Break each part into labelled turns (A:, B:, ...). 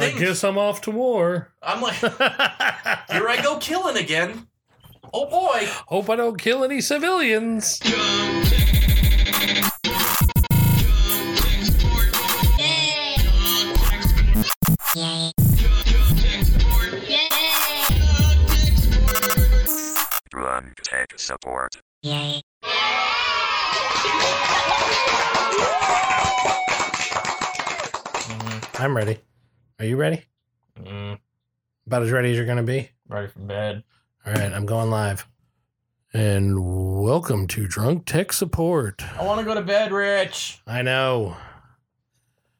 A: guess I'm off to war.
B: I'm like, here I go killing again. Oh boy.
A: Hope I don't kill any civilians.
C: Run tech support.
A: I'm ready. Are you ready?
B: Mm,
A: About as ready as you're going to be?
B: ready for bed.
A: All right, I'm going live. And welcome to Drunk Tech Support.
B: I want to go to bed, Rich.
A: I know.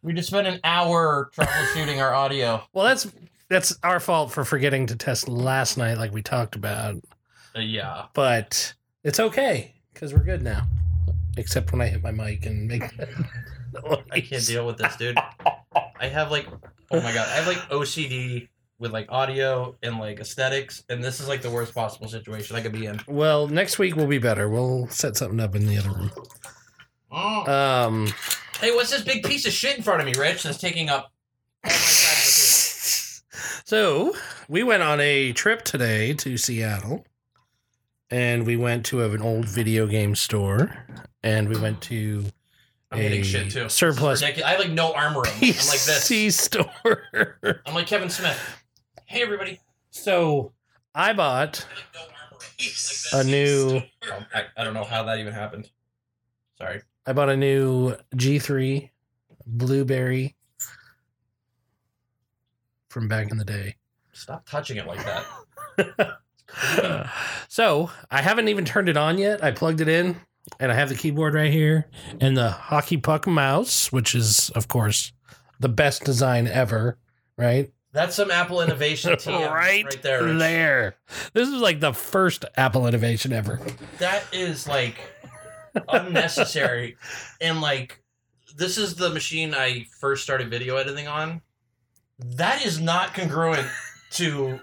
B: We just spent an hour troubleshooting our audio.
A: Well, that's that's our fault for forgetting to test last night like we talked about,
B: Uh, yeah.
A: but it's okay cuz we're good now. Except when I hit my mic and make
B: I can't deal with this, dude. I have like, oh my god, I have like OCD with like audio and like aesthetics, and this is like the worst possible situation I could be in.
A: Well, next week will be better. We'll set something up in the other room.
B: Mm.
A: Um
B: Hey, what's this big piece of shit in front of me, Rich? That's taking up. all my time
A: so we went on a trip today to Seattle, and we went to an old video game store, and we went to
B: I'm getting
A: a
B: shit too.
A: surplus
B: Ridiculous. I have like no armor. on. I'm like this.
A: PC store.
B: I'm like Kevin Smith. Hey, everybody.
A: so I bought
B: I have no armor. on. I'm like
A: a
B: this.
A: new.
B: Um, I, I don't know how that even happened. Sorry.
A: I bought a new G3 blueberry from back in the day.
B: Stop touching it like that.
A: so I haven't even turned it on yet. I plugged it in, and I have the keyboard right here and the hockey puck mouse, which is, of course, the best design ever. Right,
B: That's some Apple innovation team right,
A: right
B: there. Rich.
A: there. This is like the first Apple innovation ever.
B: That is like unnecessary. And like, this is the machine I first started video editing on. That is not congruent to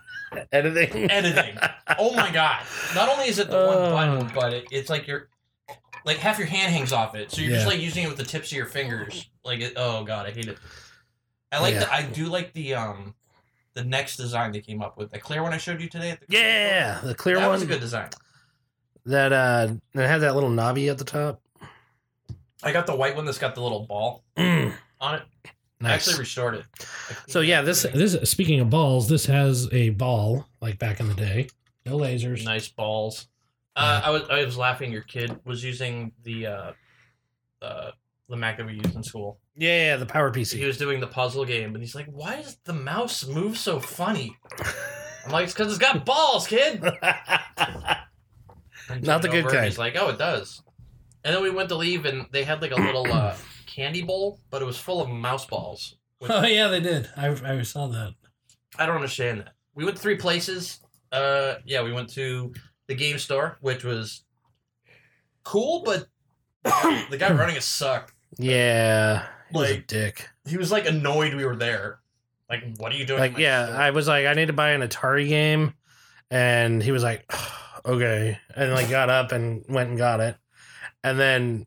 A: Editing.
B: editing. Oh my god! Not only is it the one
A: Oh.
B: button, but it, it's like your like half your hand hangs off it, so you're just
A: Yeah.
B: like using it with the tips of your fingers. Like, it, oh god, I hate it. I like
A: Yeah.
B: the I do like the um the next design they came up with the clear one I showed you today. At the
A: Yeah, the clear
B: that
A: one
B: was a good design.
A: that uh that had that little knobby at the top.
B: I got the white one that's got the little ball
A: Mm,
B: on it. I
A: nice.
B: actually restored it.
A: so yeah, this this speaking of balls, this has a ball like back in the day. No lasers.
B: nice balls. Uh, I was I was laughing. Your kid was using the uh, uh, the Mac that we used in school.
A: Yeah, the power PC.
B: he was doing the puzzle game and he's like why does the mouse move so funny i'm like it's because it's got balls kid And
A: Not the good
B: turn it over, and
A: kind.
B: he's like oh it does and then we went to leave and they had like a little uh, candy bowl but it was full of mouse balls which
A: oh yeah, they did. I, I saw that.
B: i don't understand that we went to three places uh yeah we went to the game store which was cool but the guy running it sucked
A: Yeah, he was a
B: Like-
A: dick.
B: he was like annoyed we were there like what are you doing in
A: Like
B: my
A: yeah,
B: store?
A: I was like, I need to buy an Atari game, and he was like, okay, and like got up and went and got it, and then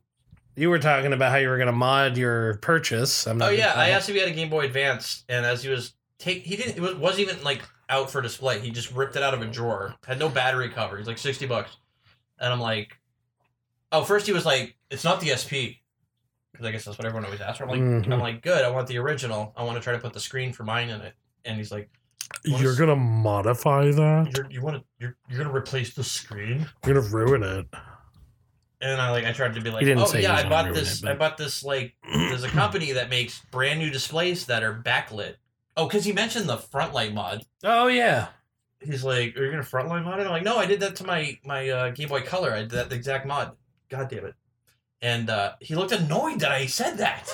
A: you were talking about how you were gonna mod your purchase. I'm
B: Oh
A: not
B: yeah, I asked if he had a Game Boy Advance, and as he was take, he didn't. It was, wasn't even like out for display. He just ripped it out of a drawer. Had no battery cover. He's like sixty bucks, and I'm like, oh, first he was like, it's not the SP, because I guess that's what everyone always asks for. I'm like,
A: Mhm.
B: I'm like, good. I want the original. I want to try to put the screen for mine in it. And he's like,
A: You're gonna modify that?
B: you're, you want to, you're, you're gonna replace the screen?
A: You're gonna ruin it.
B: And I like, I tried to be like,
A: didn't
B: oh
A: say he
B: yeah,
A: was
B: I
A: gonna
B: bought
A: ruin
B: this.
A: it, but-
B: I bought this like there's a company that makes brand new displays that are backlit. Oh, because he mentioned the front light mod.
A: Oh yeah.
B: He's like, "Are you gonna front light mod it?" I'm like, "No, I did that to my my uh, Game Boy Color. I did that exact mod. God damn it!" And uh, he looked annoyed that I said that.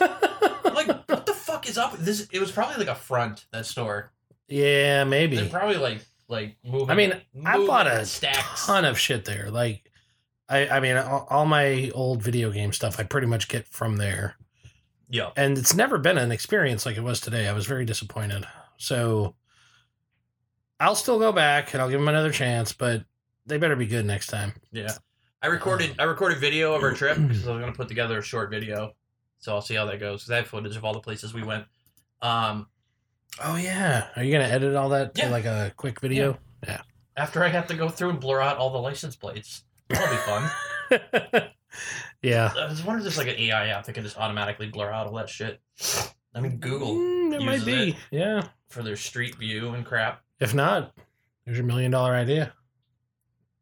B: I'm like, what the fuck is up? This it was probably like a front that store.
A: yeah, maybe.
B: They're probably like like moving.
A: I mean, I
B: moving
A: bought a
B: stacks.
A: ton of shit there. Like, I, I mean, all, all my old video game stuff, I pretty much get from there.
B: Yeah,
A: And it's never been an experience like it was today. I was very disappointed. So I'll still go back and I'll give them another chance, but they better be good next time.
B: yeah. I recorded I recorded video of our trip because I was gonna put together a short video. So I'll see how that goes. 'cause I have footage of all the places we went. Um,
A: Oh yeah. Are you gonna edit all that
B: Yeah.
A: to like a quick video?
B: After I have to go through and blur out all the license plates, that'll be fun.
A: Yeah.
B: I was wondering if there's like an AI app that can just automatically blur out all that shit. I mean, Google
A: Mm, it might
B: uses
A: be.
B: it.
A: Yeah.
B: for their street view and crap.
A: If not, there's your million dollar idea.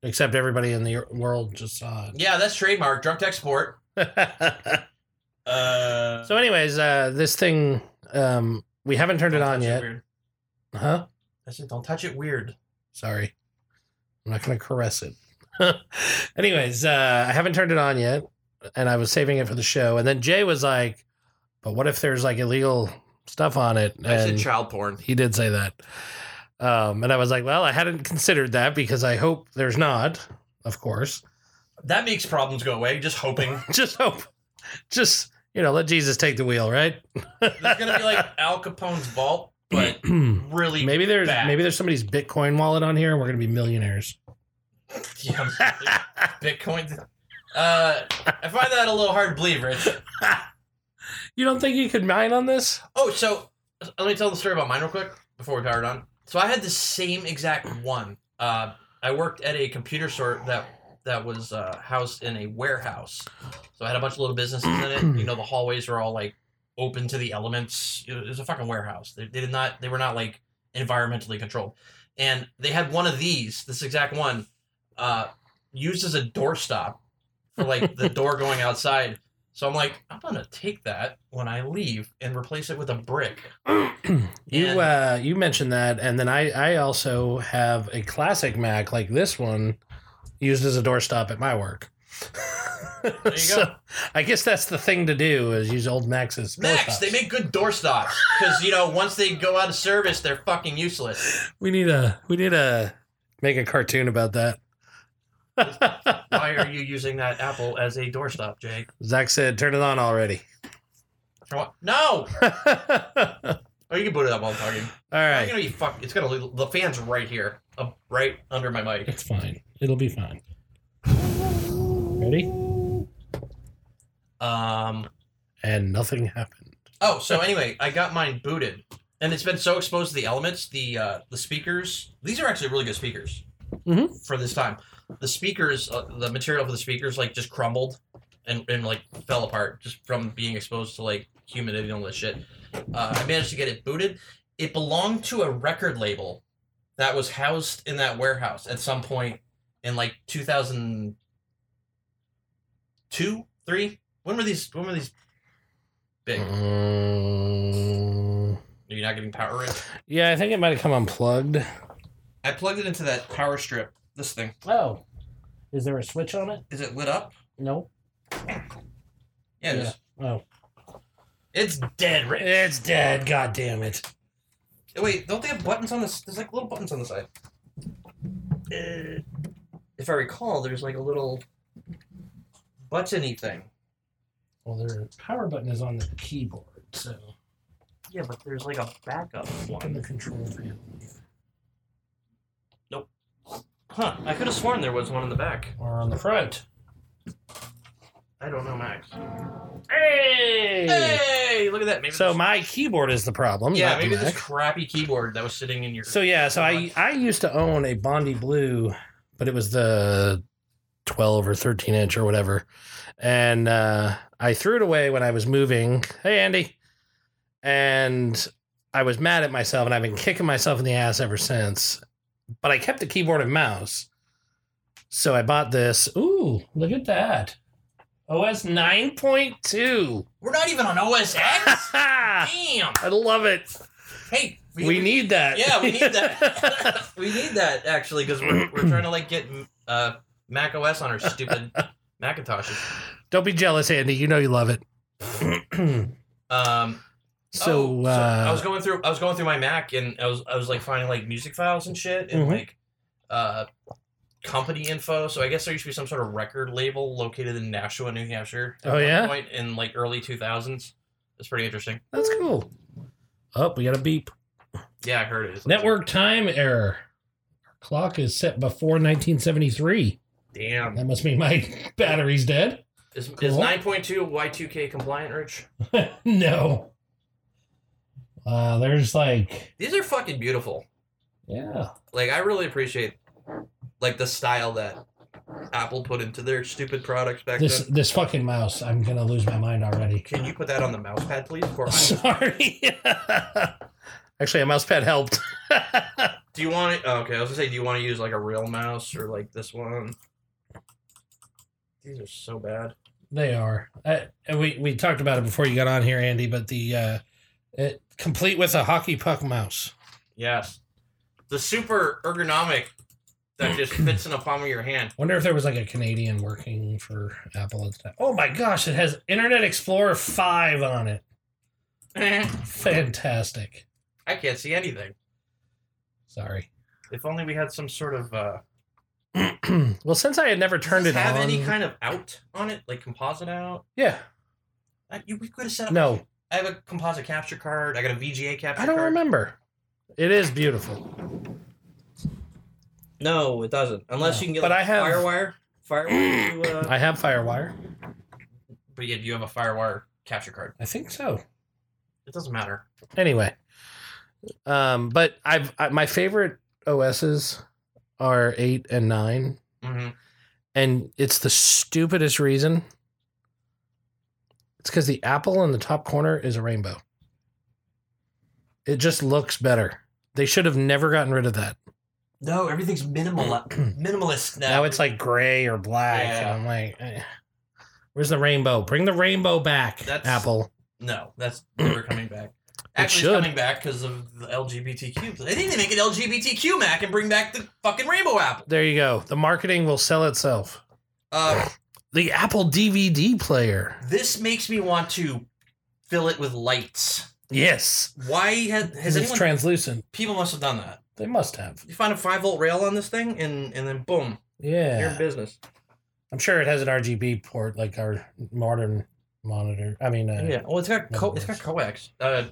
A: Except everybody in the world just saw
B: Yeah, that's trademark. Drunk export.
A: it.
B: Uh,
A: So, anyways, uh, this thing um, we haven't turned it
B: don't
A: on
B: touch
A: yet,
B: weird.
A: huh?
B: I said, don't touch it weird.
A: Sorry, I'm not gonna caress it. anyways, uh, I haven't turned it on yet, and I was saving it for the show, and then Jay was like, "But what if there's like illegal stuff on it?"
B: I said
A: And
B: child porn.
A: he did say that, um, and I was like, "Well, I hadn't considered that because I hope there's not, of course.
B: That makes problems go away. Just hoping
A: Just hope, just you know, let Jesus take the wheel, right?"
B: there's gonna be like Al Capone's vault, but really
A: Maybe there's
B: bad.
A: maybe there's somebody's Bitcoin wallet on here, and we're gonna be millionaires.
B: Yeah, Bitcoin. Uh, I find that a little hard to believe, Rich.
A: you don't think you could mine on this?
B: Oh, so let me tell the story about mine real quick before we power it on. So I had the same exact one. Uh, I worked at a computer store that that was uh, housed in a warehouse. So I had a bunch of little businesses in it. You know, the hallways were all like open to the elements. It was a fucking warehouse. They, they did not. They were not like environmentally controlled. And they had one of these, this exact one, uh, used as a doorstop for like the door going outside. So I'm like, I'm gonna take that when I leave and replace it with a brick.
A: You uh, you mentioned that, and then I I also have a classic Mac like this one, used as a doorstop at my work. There
B: you go.
A: I guess that's the thing to do is use old Macs as
B: Max,
A: doorstops.
B: they make good door stops because you know once they go out of service, they're fucking useless.
A: we need a we need a make a cartoon about that.
B: Why are you using that apple as a doorstop, Jake?
A: Zach said, "Turn it on already."
B: For what- No.
A: All
B: Oh, you can boot it up while I'm talking. I'm
A: right,
B: gonna be fuck. It's gonna leave- the fan's right here, up right under my mic.
A: it's fine. It'll be fine. Ready?
B: Um.
A: And nothing happened.
B: Oh, so anyway, I got mine booted, and it's been so exposed to the elements. The uh, the speakers. These are actually really good speakers
A: Mhm.
B: for this time. The speakers, uh, the material for the speakers, like just crumbled and, and like fell apart just from being exposed to like humidity and all this shit. Uh, I managed to get it booted. It belonged to a record label that was housed in that warehouse at some point in like 2002, three. When were these? When were these
A: Uh,
B: big?
A: Mm,
B: Are you not getting power in?
A: yeah, I think it might have come unplugged.
B: I plugged it into that power strip. This thing.
A: Oh, is there a switch on it?
B: Is it lit up?
A: No.
B: Yeah, it is.
A: Oh,
B: It's dead, right?
A: it's dead. God damn it!
B: Wait, don't they have buttons on this? There's like little buttons on the side. Uh, If I recall, there's like a little buttony thing.
A: Well, the power button is on the keyboard, so
B: Yeah, but there's like a backup
A: on
B: one.
A: the control panel.
B: Huh, I could have sworn there was one in the back.
A: or on the front.
B: I don't know, Max.
A: Hey.
B: Hey, look at that. Maybe
A: So
B: this-
A: my keyboard is the problem.
B: yeah,
A: not the
B: maybe this
A: Mac.
B: crappy keyboard that was sitting in your.
A: So yeah, so I I used to own a Bondi Blue, but it was the twelve or thirteen inch or whatever, and uh, I threw it away when I was moving. Hey Andy, and I was mad at myself, and I've been kicking myself in the ass ever since. But I kept the keyboard and mouse, so I bought this. Ooh, look at that! OS nine point two.
B: We're not even on OS X.
A: I
B: Damn.
A: love it.
B: Hey,
A: We need that.
B: Yeah, we need that. we need that actually because we're, we're trying to like get uh, Mac OS on our stupid Macintoshes.
A: Don't be jealous, Andy. You know you love it.
B: Um,
A: Oh, so,
B: oh,
A: uh,
B: I was going through I was going through my Mac and I was I was like finding like music files and shit and
A: Mhm.
B: like uh, company info. So I guess there used to be some sort of record label located in Nashua, New Hampshire. at
A: Oh,
B: one
A: yeah?
B: point in like early two thousands. It's pretty interesting.
A: that's cool. Oh, we got a beep.
B: Yeah, I heard it. It's like-
A: Network time error. Our clock is set before 1973.
B: Damn.
A: That must mean my battery's dead.
B: Is, is
A: Cool.
B: nine point two Y two K compliant, Rich?
A: no. Uh, there's like,
B: These are fucking beautiful.
A: yeah,
B: Like I really appreciate like the style that Apple put into their stupid products back
A: this
B: then.
A: this fucking mouse. I'm gonna lose my mind already.
B: Can you put that on the mouse pad, please? For
A: Sorry. Actually, a mouse pad helped.
B: do you want it? Oh, okay, I was gonna say, do you want to use like a real mouse or like this one? These are so bad.
A: they are. Uh, and we we talked about it before you got on here, Andy. But the uh, it, complete with a hockey puck mouse.
B: Yes, the super ergonomic that just fits in the palm of your hand.
A: Wonder if there was like a Canadian working for Apple at the time. Oh my gosh, it has Internet Explorer five on it.
B: I
A: Fantastic.
B: can't see anything.
A: Sorry.
B: If only we had some sort of. Uh,
A: well, since I had never turned
B: does
A: it
B: this have
A: on,
B: any kind of out on it, like composite out?
A: yeah,
B: I, you, we could have set up.
A: no,
B: I have a composite capture card. I got a VGA capture.
A: I don't
B: card.
A: remember. It is beautiful.
B: No, it doesn't. Unless
A: No.
B: you can get
A: But
B: like,
A: I have-
B: FireWire. FireWire. to, uh,
A: I have FireWire.
B: but yeah, do you have a FireWire capture card?
A: I think so.
B: It doesn't matter.
A: anyway um but i've I, my favorite os's are eight and nine
B: Mm-hmm.
A: and it's the stupidest reason it's because the apple in the top corner is a rainbow it just looks better they should have never gotten rid of that
B: No, everything's minimal, uh, minimalist now.
A: now it's like gray or black and
B: Yeah.
A: i'm like eh. where's the rainbow bring the rainbow back
B: That's-
A: apple
B: no, that's never coming back. Actually,
A: should.
B: it's coming back because of the LGBTQ. They need to make an LGBTQ Mac and bring back the fucking rainbow apple.
A: there you go the marketing will sell itself
B: Uh,
A: the apple dvd player
B: this makes me want to fill it with lights.
A: yes
B: Why had, has anyone?
A: translucent.
B: people must have done that.
A: They must have.
B: You find a five volt rail on this thing, and and then boom, you're in
A: Yeah.
B: business.
A: I'm sure it has an RGB port like our modern monitor. I mean, uh,
B: Yeah. Well, it's got co- it's got
A: Minimalist.
B: coax. Uh,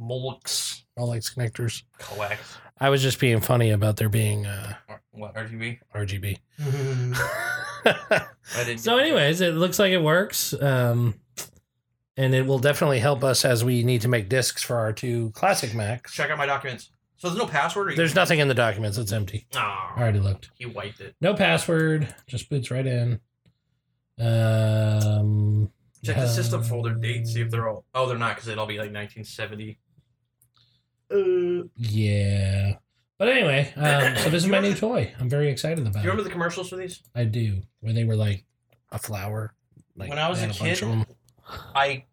B: Molex.
A: all these connectors.
B: Coax.
A: I was just being funny about there being uh,
B: Or What RGB?
A: RGB.
B: I didn't
A: so,
B: get-
A: anyways, it looks like it works. Um, and it will definitely help us as we need to make discs for our two classic Macs.
B: check out my documents. So there's no password. Or you-
A: There's nothing in the documents. It's empty.
B: Aw,
A: I already looked.
B: He wiped it.
A: No password. Just boots right in. Um,
B: Check the system folder date. See if
A: um,
B: they're all. Oh, they're not because it'll be like 1970. Uh, do
A: Yeah. But anyway, um, so this is my new toy. I'm very excited about
B: you remember
A: it.
B: the commercials for these?
A: I do. Where they were like a flower. Like
B: When I was
A: they
B: a
A: had bunch
B: kid-
A: of 'em.
B: I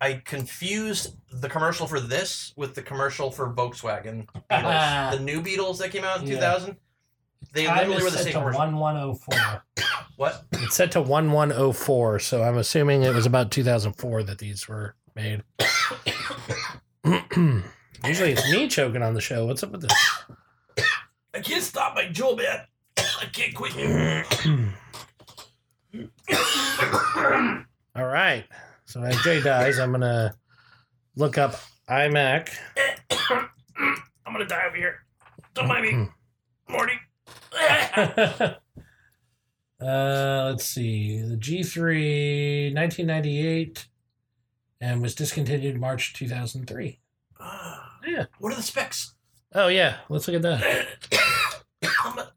B: I confused the commercial for this with the commercial for Volkswagen Beetles, the new Beatles that came out in
A: Yeah.
B: 2000. They
A: Time
B: literally
A: is
B: were the
A: set
B: same
A: to
B: commercial.
A: 1104.
B: What?
A: it's set to 1104, so I'm assuming it was about 2004 that these were made. Usually it's me choking on the show. What's up with this?
B: I can't stop my Joe, man. I can't quit you.
A: All right. So as Jay dies, I'm going to look up iMac.
B: I'm gonna die over here. Don't mind me, Morty.
A: uh, let's see. The G3, 1998, and was discontinued March 2003. Yeah.
B: What are the specs?
A: Oh, yeah. Let's look at that.
B: I'm a-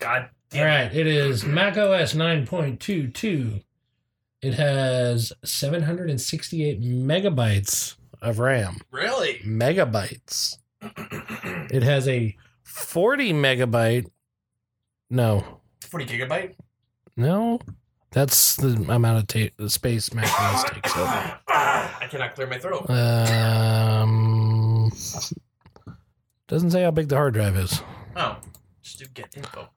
B: God
A: All
B: damn
A: right. It is Mac OS 9.22. It has 768 megabytes of RAM.
B: Really?
A: Megabytes. It has a 40 megabyte. No.
B: 40 gigabyte?
A: No. That's the amount of ta- the space Mac OS takes up.
B: I cannot clear my throat.
A: Um, doesn't say how big the hard drive is.
B: Oh. Just do get info.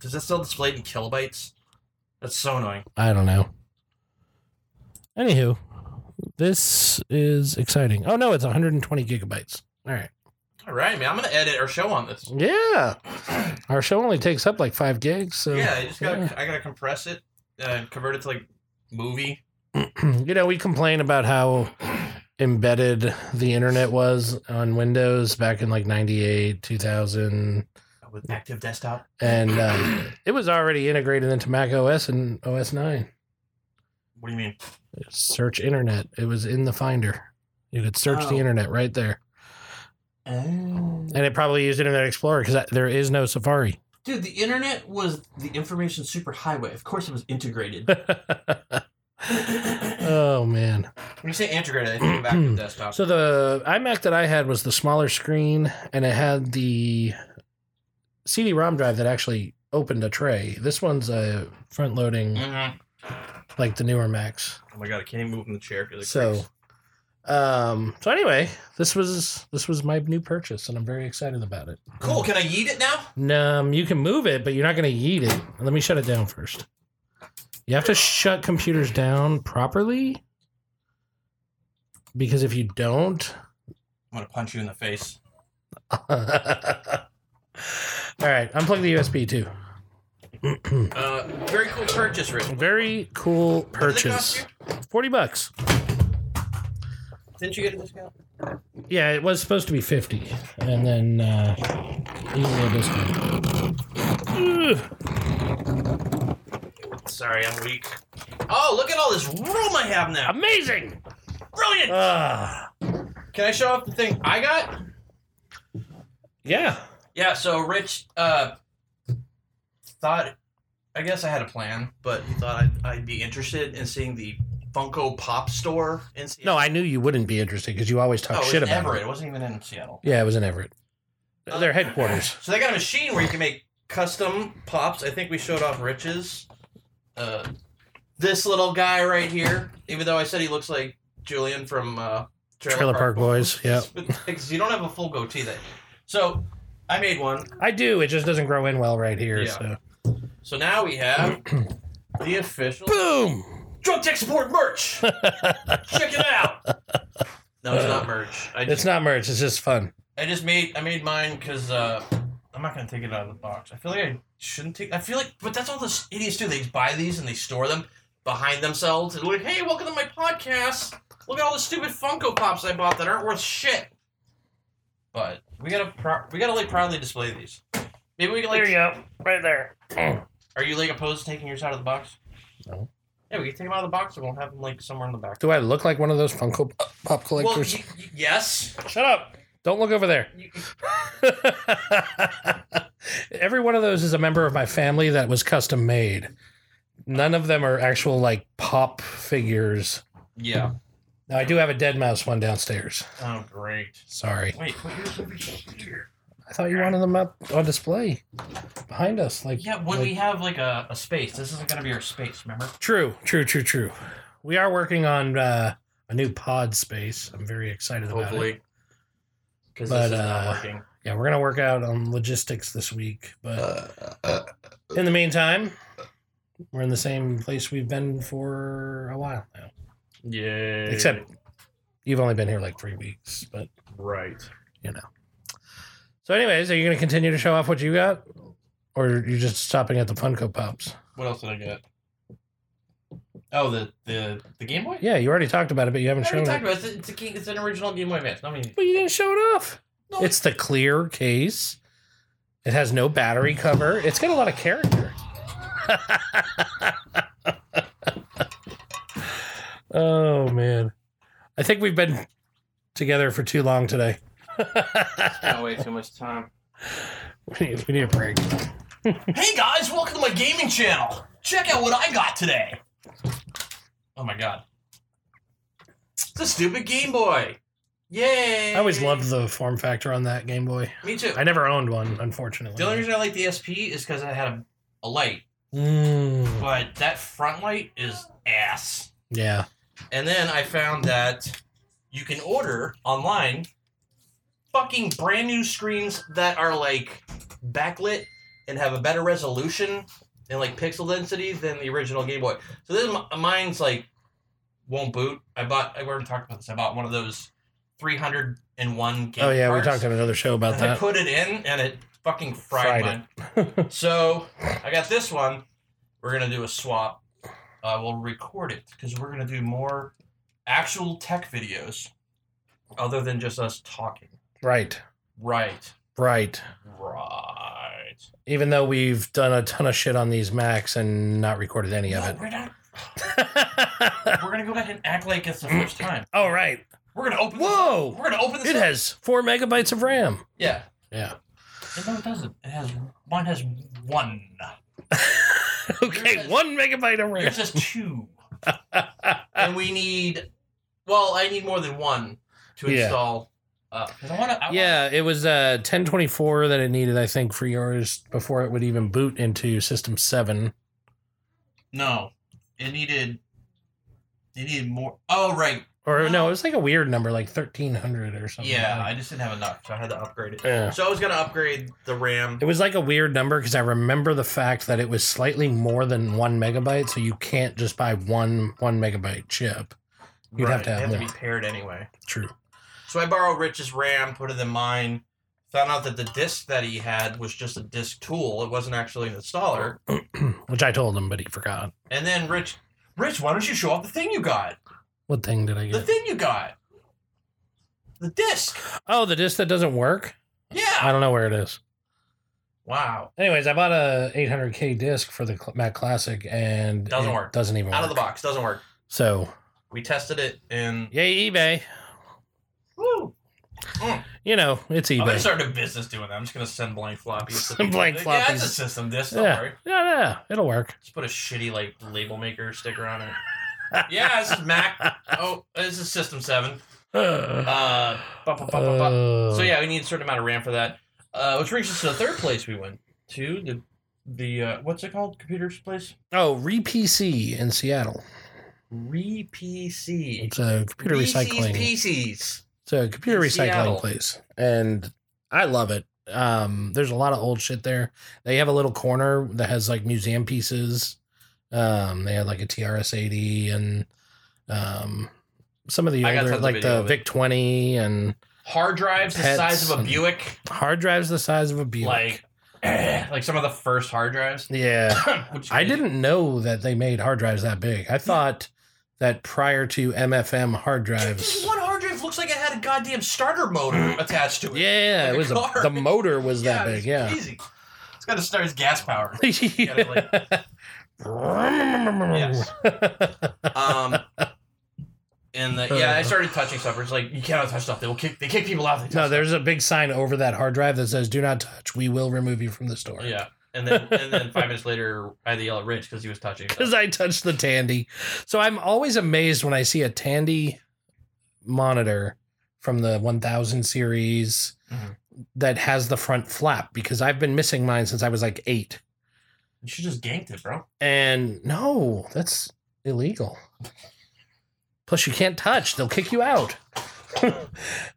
B: Does that still display in kilobytes? That's so annoying.
A: I don't know. Anywho, this is exciting. Oh no, it's 120 gigabytes. All right.
B: All right, man. I'm gonna edit our show on this.
A: Yeah, our show only takes up like five gigs, so
B: yeah, I just gotta
A: yeah.
B: I gotta compress it and convert it to like movie.
A: you know we complain about how embedded the internet was on Windows back in like 98, 2000.
B: With active desktop.
A: and um, it was already integrated into Mac OS and OS nine.
B: What do you mean?
A: Search internet. It was in the finder. You could search the
B: Oh.
A: internet right there,
B: Oh.
A: and it probably used Internet Explorer because there is no Safari.
B: Dude, the internet was the information superhighway. Of course, it was integrated. when
A: oh man!
B: you say integrated, I think back to the desktop.
A: So the iMac that I had was the smaller screen, and it had the CD-ROM drive that actually opened a tray. This one's a front-loading
B: Mhm.
A: like the newer Macs.
B: Oh my god, I can't even move from the chair because it
A: so
B: creaks.
A: um so anyway this was this was my new purchase and i'm very excited about it
B: cool. Can I eat it now?
A: um you can move it but you're not going to yeet it let me shut it down first you have to shut computers down properly because if you don't
B: I'm gonna punch you in the face.
A: all right unplug the usb too
B: Uh, very cool purchase, Rich.
A: very cool
B: What did it
A: purchase
B: cost you?
A: 40 bucks
B: Didn't you get a discount?
A: yeah it was supposed to be 50 and then uh easily discount Ugh.
B: Sorry, I'm weak. Oh, look at all this room I have now.
A: Amazing!
B: Brilliant.
A: Ah,
B: Can I show off the thing I got?
A: yeah.
B: Yeah. So Rich uh, thought, I guess I had a plan, but he thought I'd, I'd be interested in seeing the Funko Pop store in Seattle.
A: No, I knew you wouldn't be interested because you always
B: oh,
A: talk
B: it was
A: shit
B: in
A: about
B: Everett.
A: it.
B: It wasn't even in Seattle.
A: Yeah, it was in Everett.
B: Uh,
A: Their headquarters.
B: So they got a machine where you can make custom pops. I think we showed off Rich's. Uh, this little guy right here, even though I said he looks like Julian from uh,
A: Trailer Park Boys, yeah.
B: Because you don't have a full goatee there. So I made one.
A: I do. It just doesn't grow in well right here.
B: Yeah.
A: So
B: So now we have the official
A: boom.
B: Drug Tech Support merch. Check it out. No, it's not merch. I
A: It's
B: just,
A: not merch. It's just fun.
B: I just made I made mine because uh, I'm not gonna take it out of the box. I feel like I shouldn't take. I feel like, but that's all the idiots do. They just buy these and they store them behind themselves and like, hey, welcome to my podcast. Look at all the stupid Funko Pops I bought that aren't worth shit. But we gotta pro- we gotta like proudly display these. Maybe we can like
A: go. Right there.
B: Are you like opposed to taking yours out of the box?
A: No.
B: Yeah, we can take them out of the box and we'll have them like somewhere in the back.
A: Do I look like one of those Funko Pop
B: well,
A: collectors?
B: y- y- yes.
A: Shut up! Don't look over there.
B: You-
A: Every one of those is a member of my family that was custom made. None of them are actual like pop figures.
B: Yeah.
A: Now I do have a dead mouse one downstairs.
B: Oh, great.
A: Sorry.
B: Wait, put yours over here.
A: I thought you wanted them up on display behind us. Like
B: Yeah, when
A: like-
B: we have like a, a space, this isn't gonna be our space, remember?
A: true, true, true, true. We are working on uh, a new pod space. I'm very excited about it.
B: Because
A: But,
B: this is
A: uh,
B: not working.
A: Yeah, we're gonna work out on logistics this week, but
B: Uh,
A: in the meantime, we're in the same place we've been for a while now.
B: yeah.
A: Except you've only been here like three weeks, but
B: right.
A: so anyways, are you gonna continue to show off what you got, or are you just stopping at the Funko Pops?
B: What else did I get? Oh, the the the Game Boy.
A: Yeah, you already talked about it, but you haven't
B: I already
A: shown it.
B: talked about it. It's, a- it's, a, key- it's an original Game Boy Advance. I mean,
A: But you didn't show it off.
B: no,
A: It's the clear case. It has no battery cover. It's got a lot of character. oh man. I think we've been together for too long today.
B: not way too much time.
A: we, need, we need a break.
B: Hey guys, welcome to my gaming channel. Check out what I got today. Oh my god. It's a stupid Game Boy. Yay.
A: I always loved the form factor on that Game Boy.
B: Me too.
A: I never owned one,
B: the only
A: unfortunately.
B: reason I like the SP is because I had a, a light,
A: Mm,
B: but that front light is ass.
A: yeah.
B: And then I found that you can order online fucking brand new screens that are like backlit and have a better resolution and like pixel density than the original Game Boy. So this is mi- mine's like won't boot. I bought. I already talked about this. I bought one of those 301 game.
A: Oh yeah, we
B: cards,
A: talked on another show about
B: and I
A: that.
B: put it in and it fucking fried,
A: Fried
B: mine. so I got this one. We're gonna do a swap. Uh, we'll record it because we're gonna do more actual tech videos, other than just us talking.
A: Right.
B: Right.
A: Right.
B: Right.
A: Even though we've done a ton of shit on these Macs and not recorded any of
B: No,
A: it.
B: we're not. We're gonna go back and act like it's the first time.
A: All right.
B: We're gonna open.
A: Whoa!
B: This, we're gonna open this.
A: It
B: up.
A: has four megabytes of RAM.
B: Yeah.
A: Yeah.
B: And no, it doesn't. It has mine has one.
A: Okay,
B: has-
A: one megabyte of RAM.
B: Yours has two. and we need. Well, I need more than one to
A: Yeah.
B: install. uh, Because I want to.
A: Yeah, it was uh, 1024 that it needed, I think, for yours before it would even boot into System 7.
B: No, it needed. It needed more. Oh right.
A: Or no, it was like a weird number, like 1300 or something.
B: Yeah, I
A: Like-
B: just didn't have enough, so I had to upgrade it.
A: yeah.
B: So I was gonna upgrade the RAM.
A: It was like a weird number because I remember the fact that it was slightly more than one megabyte, so you can't just buy one one megabyte chip. You'd have to
B: they
A: have
B: have to
A: more.
B: be paired anyway.
A: True.
B: So I borrowed Rich's RAM, put it in mine. Found out that the disk that he had was just a disk tool. It wasn't actually an installer.
A: Which I told him, but he forgot.
B: And then Rich, Rich, why don't you show off the thing you got?
A: What thing did I
B: The
A: get?
B: thing you got. The disc.
A: oh, the disc that doesn't work?
B: Yeah.
A: I don't know where it is.
B: Wow.
A: Anyways, I bought a 800K disc for the Cl- Mac Classic and
B: Doesn't
A: it
B: work.
A: Doesn't even
B: Out
A: work.
B: of the box. Doesn't work.
A: So,
B: We tested it and
A: yay, eBay.
B: woo.
A: You know, it's
B: I'm gonna
A: eBay.
B: start a business doing that. I'm just gonna send blank floppies.
A: Send blank
B: Yeah, that's
A: floppies.
B: a system disk. Don't
A: Yeah.
B: worry.
A: Yeah, yeah, it'll work.
B: Just put a shitty like label maker sticker on it. yeah, this is Mac. Oh, this is System Seven. Uh, bu- bu- bu- bu- bu-
A: Uh.
B: So yeah, we need a certain amount of RAM for that. Uh, which brings us to the third place we went to the the uh, what's it called? Computers place?
A: Oh, RePC in Seattle.
B: RePC.
A: It's a computer recycling.
B: PCs.
A: It's a computer
B: In
A: recycling
B: Seattle.
A: place, and I love it. Um, there's a lot of old shit there. They have a little corner that has like museum pieces. Um, they had like a TRS-80 and um, some of the
B: I got
A: older,
B: tons of
A: like
B: video
A: the
B: of it.
A: VIC-20 and
B: Hard drives the
A: Pets
B: size of a
A: and-
B: Buick.
A: hard drives the size of a Buick.
B: Like like some of the first hard drives.
A: yeah,
B: Which is
A: "Eh." I
B: crazy.
A: didn't know that they made hard drives that big. I thought that prior to MFM hard
B: Dude,
A: drives.
B: This one hard drive looks like it had a goddamn starter motor attached to it.
A: Mm. Yeah,
B: Like
A: it
B: a
A: was a,
B: car.
A: the motor was that
B: it's
A: big. Yeah.
B: Crazy. It's got to start as gas power.
A: Yeah.
B: Yes. Um, and the, yeah, I started touching stuff. It's like you cannot touch stuff. They will kick. They kick people out. if They touch
A: No, there's a big sign over that hard drive that says "Do not touch. We will remove you from the store."
B: stuff. yeah. And then and then five minutes later, I had to yell at Rich because he was touching. stuff.
A: because I touched the Tandy. So I'm always amazed when I see a Tandy monitor from the 1000 series
B: Mhm.
A: that has the front flap because I've been missing mine since I was like eight.
B: You should just ganked it, bro.
A: And no, that's illegal. Plus, you can't touch, they'll kick you out.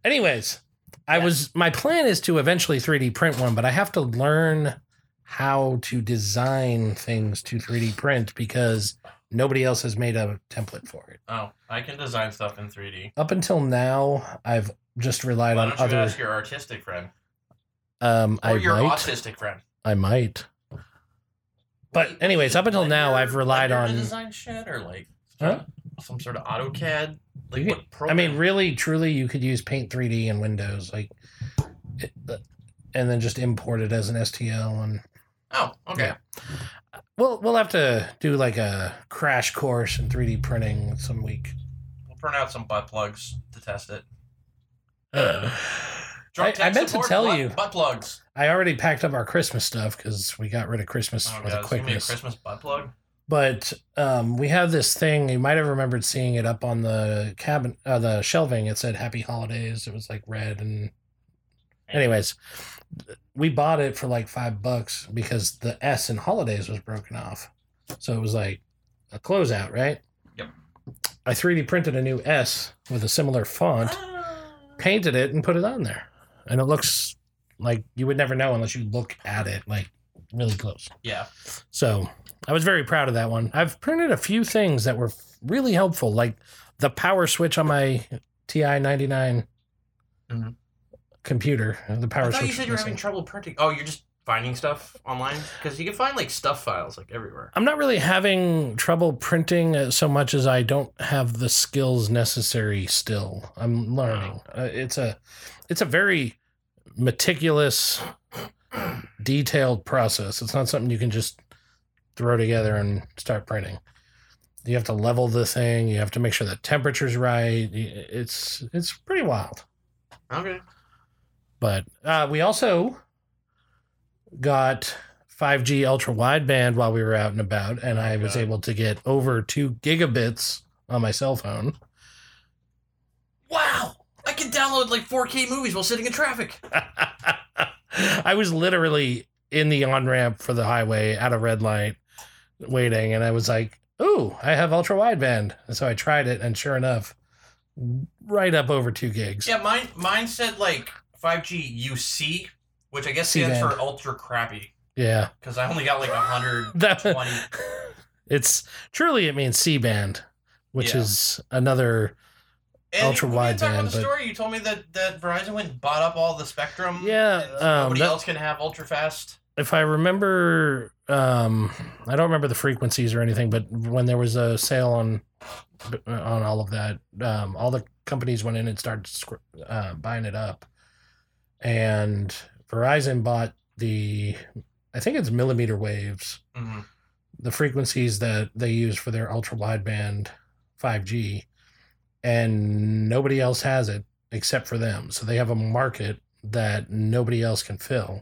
A: Anyways, I was my plan is to eventually 3D print one, but I have to learn how to design things to 3D print because nobody else has made a template for it.
B: Oh, I can design stuff in 3D.
A: Up until now, I've just relied
B: Why
A: on
B: don't you
A: other
B: ask your artistic friend
A: um
B: or
A: I
B: your
A: might
B: autistic friend?
A: I might. But
B: Like-
A: anyways, up until
B: like
A: now
B: your-
A: I've relied
B: like your
A: on
B: design shit or like
A: Huh?
B: some sort of AutoCAD. Like
A: You
B: what
A: I
B: program?
A: mean, really, truly, you could use Paint 3D in Windows, like, it, and then just import it as an STL. And
B: oh, okay.
A: Yeah. we'll we'll have to do like a crash course in 3D printing some week.
B: We'll print out some butt plugs to test it.
A: I- I meant to
B: support
A: tell
B: butt-
A: you.
B: butt plugs.
A: I already packed up our Christmas stuff because we got rid of Christmas
B: Oh
A: with a
B: god, it's gonna be a
A: quickness.
B: Christmas butt plug.
A: but um, we have this thing. You might have remembered seeing it up on the cabin, uh, the shelving. It said "Happy Holidays." It was like red and. Anyways, we bought it for like five bucks because the S in holidays was broken off, so it was like a closeout, right?
B: Yep.
A: I 3D printed a new S with a similar font,
B: Ah.
A: painted it, and put it on there, and it looks like you would never know unless you look at it like really close.
B: Yeah.
A: So I was very proud of that one. I've printed a few things that were really helpful, like the power switch on my TI 99
B: Mhm.
A: computer. The power
B: I thought
A: switch.
B: you said
A: was
B: you were having
A: missing.
B: trouble printing. Oh, you're just finding stuff online because you can find like stuff files like everywhere.
A: I'm not really having trouble printing uh, so much as I don't have the skills necessary. Still, I'm learning. Uh, it's a, it's a very meticulous, detailed process. It's not something you can just throw together and start printing. you have to level the thing. You have to make sure the temperature's right. y- It's it's pretty wild.
B: Okay.
A: But uh, we also got 5G ultra wideband while we were out and about, and I was
B: Oh God.
A: able to get over two gigabits on my cell phone.
B: Wow. I can download like 4K movies while sitting in traffic.
A: I was literally in the on ramp for the highway at a red light waiting, and I was like, "Ooh, I have ultra wideband." And so I tried it, and sure enough, right up over two gigs.
B: Yeah, mine mine said like 5G UC, which I guess stands
A: C-band.
B: for ultra crappy
A: Yeah,
B: because I only got like 100.
A: that
B: 20.
A: it's truly it means C band, which
B: Yeah.
A: is another.
B: And
A: Ultra
B: we didn't talk
A: wideband,
B: about the
A: but-
B: story. You told me that, that Verizon went and bought up all the spectrum.
A: Yeah,
B: and
A: um,
B: nobody
A: that-
B: else can have ultra fast.
A: If I remember, um, I don't remember the frequencies or anything, but when there was a sale on on all of that, um, all the companies went in and started squ- uh, buying it up, and Verizon bought the, I think it's millimeter waves,
B: hmm
A: the frequencies that they use for their ultra wideband 5G, and nobody else has it except for them. So they have a market that nobody else can fill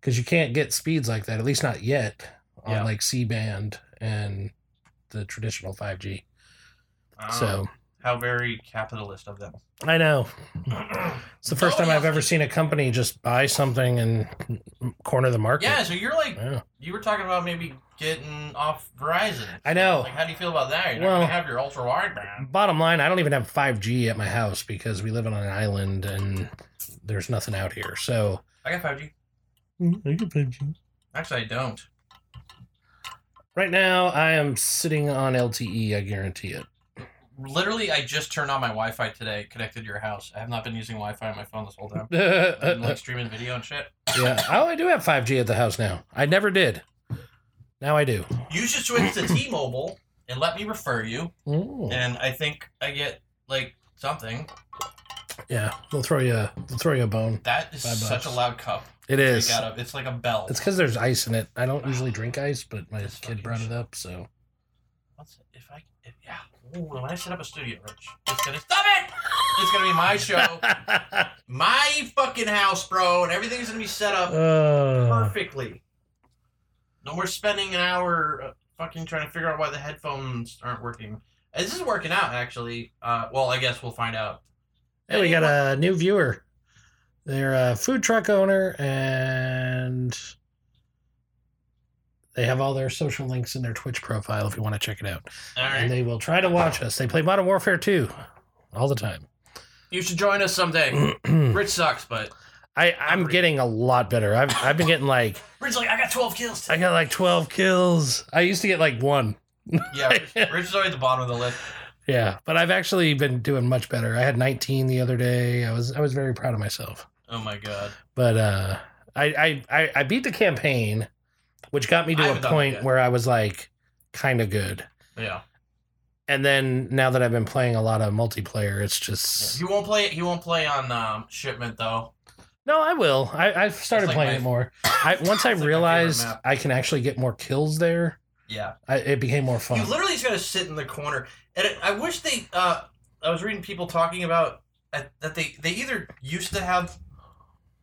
A: because you can't get speeds like that, at least not yet, on
B: Yeah.
A: like C band and the traditional 5G.
B: Ah.
A: So
B: how very capitalist of them.
A: I know it's the first time
B: Nobody
A: I've
B: else
A: ever seen a company just buy something and corner the market.
B: Yeah, so you're like
A: Yeah.
B: you were talking about maybe getting off Verizon.
A: I know.
B: Like, how do you feel about that? You're not
A: Well-
B: gonna have your ultra wideband.
A: Bottom line, I don't even have 5G at my house because we live on an island and there's nothing out here. So
B: I got 5G. Actually, I don't.
A: right now, I am sitting on LTE. I guarantee it.
B: Literally, I just turned on my Wi-Fi today, connected to your house. I have not been using Wi-Fi on my phone this whole time.
A: Uh,
B: I've been, like streaming video and shit.
A: yeah. Oh, I do have 5G at the house now. I never did. Now I do.
B: You should switch to T-Mobile and let me refer you.
A: Ooh.
B: And I think I get like something.
A: Yeah, they'll throw you. A, they'll throw you a bone.
B: That is
A: Five
B: such
A: bucks.
B: a loud cup.
A: It
B: I
A: is.
B: got a- It's like a bell.
A: It's because there's ice in it. I don't usually drink ice, but my
B: This
A: kid
B: fucking
A: brought
B: shit.
A: it up. So
B: What's if I if, yeah? Ooh, when I set up a studio, Rich, it's gonna stop it. It's gonna be my show, my fucking house, bro, and everything's gonna be set up
A: Uh,
B: perfectly. No more spending an hour uh, fucking trying to figure out why the headphones aren't working. Uh, This is working out actually. Uh, well, I guess we'll find out.
A: Hey, we got a new viewer. They're a food truck owner and they have all their social links in their Twitch profile if you want to check it out.
B: All
A: And
B: right,
A: they will try to watch us. They play Modern Warfare 2 all the time.
B: you should join us someday.
A: I,
B: Rich sucks, but
A: I'm getting a lot better. I've, I've been getting like,
B: Rich's like I got twelve kills.
A: I
B: Today.
A: got like 12 kills. I used to get like one.
B: Yeah, Rich, Rich is always at the bottom of the list.
A: Yeah, but I've actually been doing much better. I had 19 the other day. I was I was very proud of myself.
B: Oh my god.
A: but uh I, I I I beat the campaign, which got me
B: I
A: to a
B: haven't done it
A: point
B: yet.
A: where I was like kind of good.
B: Yeah.
A: And then now that I've been playing a lot of multiplayer, it's just
B: He won't play. He won't play on um, shipment though.
A: no. I will. I I've started
B: like
A: playing
B: my-
A: it more. I once I
B: It's like my favorite
A: realized
B: map.
A: I can actually get more kills there,
B: Yeah,
A: I, it became more fun.
B: you literally just gotta sit in the corner. And it, I wish they. Uh, I was reading people talking about that that they they either used to have.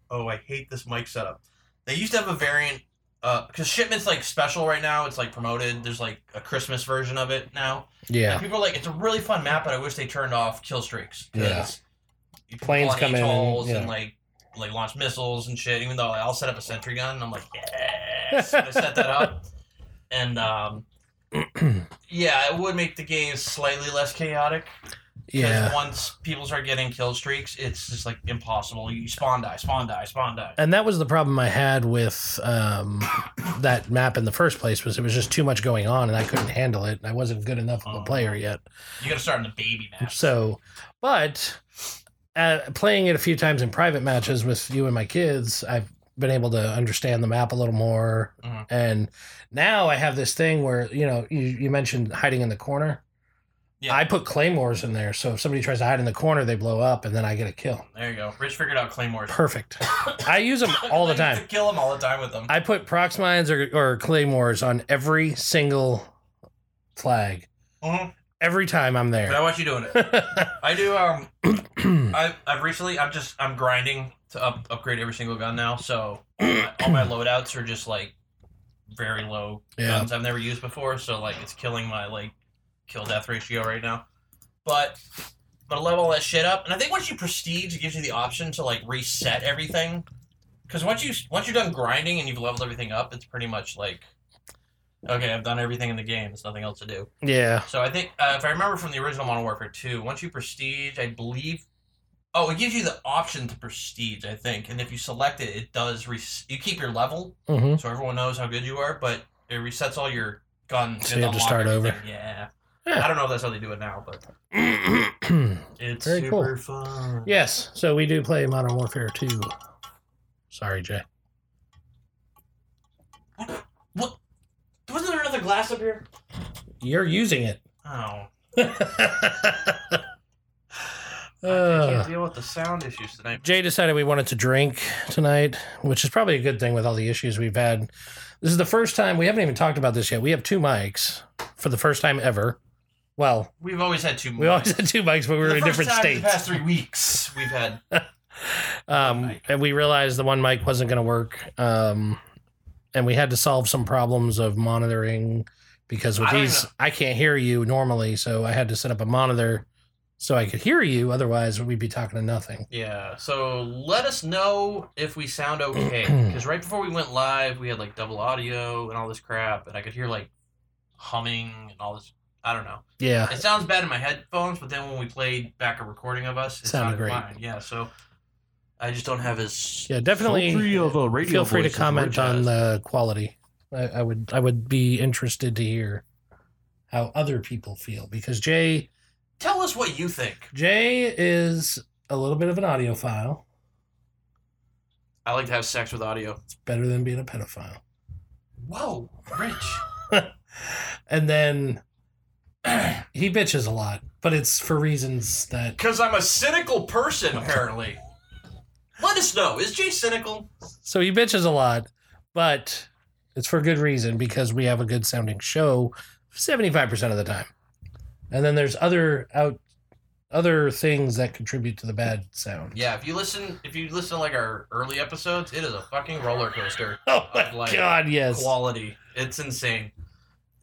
B: Oh, I hate this mic setup. They used to have a variant because shipment's like special right now. It's like promoted. There's like a Christmas version of it now. And
A: yeah,
B: people are like, it's a really fun map, but I wish they turned off kill streaks. 'cause
A: Yeah.
B: you can
A: Planes
B: pull on
A: come in and-
B: H-holes
A: yeah.
B: and like like launch missiles and shit. Even though like, I'll set up a sentry gun, and I'm like, yes, And I set that up. And um, yeah, it would make the game slightly less chaotic. 'cause
A: yeah.
B: Once people start getting kill streaks, it's just like impossible. You spawn die, spawn die, spawn die.
A: And that was the problem I had with um, that map in the first place was it was just too much going on and I couldn't handle it. and I wasn't good enough of a
B: Oh.
A: player yet.
B: You got to start on the baby map.
A: So, but uh, playing it a few times in private matches with you and my kids, I've been able to understand the map a little more.
B: Mhm.
A: And now I have this thing where, you know, you, you mentioned hiding in the corner.
B: Yeah.
A: I put claymores in there. So if somebody tries to hide in the corner, they blow up and then I get a kill.
B: There you go. Rich figured out claymores
A: Perfect. I use them all the
B: I
A: time.
B: used to kill them all the time with them.
A: I put proxmines or, or claymores on every single flag
B: Mhm.
A: every time I'm
B: But I
A: there.
B: watch you doing it. I do. Um, I I've recently I'm just I'm grinding to up, upgrade every single gun now. So all my, all my loadouts are just like very low
A: yeah.
B: guns I've never used before. So like it's killing my like kill death ratio right now. But but I level all that shit up, and I think once you prestige, it gives you the option to like reset everything. Because once you once you're done grinding and you've leveled everything up, it's pretty much like okay, I've done everything in the game. There's nothing else to do.
A: Yeah.
B: So I think uh, if I remember from the original Modern Warfare 2, once you prestige, I believe Oh, it gives you the option to prestige, I think. And if you select it, it does re- you keep your level
A: hmm
B: so everyone knows how good you are, but it resets all your guns.
A: So
B: and
A: you have to
B: unlock
A: start over.
B: everything. Yeah.
A: Yeah.
B: I don't know if that's how they do it now, but it's
A: Very cool.
B: super fun.
A: yes. So we do play Modern Warfare 2. Sorry, Jay.
B: What? Wasn't there another glass up here?
A: You're using it.
B: Oh. I
A: Uh,
B: can't deal with the sound issues tonight.
A: Jay decided we wanted to drink tonight, which is probably a good thing with all the issues we've had. This is the first time we haven't even talked about this yet. We have two mics for the first time ever. Well,
B: We've always had two.
A: we always had two mics, but we were
B: Hmm. the
A: in
B: first
A: different
B: time
A: states.
B: In the past three weeks, we've had
A: um,
B: Mic.
A: and we realized the one mic wasn't going to work, um, and we had to solve some problems of monitoring because with
B: I don't
A: these,
B: know.
A: I can't hear you normally, so I had to set up a monitor so I could hear you. Otherwise, we'd be talking to nothing.
B: Yeah, so let us know if we sound okay. Because right before we went live, we had like double audio and all this crap, and I could hear like humming and all this. I don't know.
A: Yeah,
B: It sounds bad in my headphones, but then when we played back a recording of us, it
A: Sounded
B: sounded,
A: great.
B: fine. Yeah, so I just don't have his.
A: yeah, definitely.
D: Feel free, of a radio
A: Feel free to
D: voice is
A: comment
D: rich
A: on
D: as.
A: the quality. I, I would I would be interested to hear how other people feel because Jay
B: Tell us what you think.
A: Jay is a little bit of an audiophile.
B: I like to have sex with audio.
A: It's better than being a pedophile.
B: Whoa, Rich.
A: and then he bitches a lot, but it's for reasons that
B: Because I'm a cynical person, apparently. let us know. Is Jay cynical?
A: so he bitches a lot, but it's for good reason because we have a good sounding show 75% of the time. And then there's other out other things that contribute to the bad sound.
B: Yeah, if you listen, if you listen to like our early episodes, it is a fucking roller coaster
A: Oh my
B: Of, like,
A: god, yes.
B: quality. It's insane.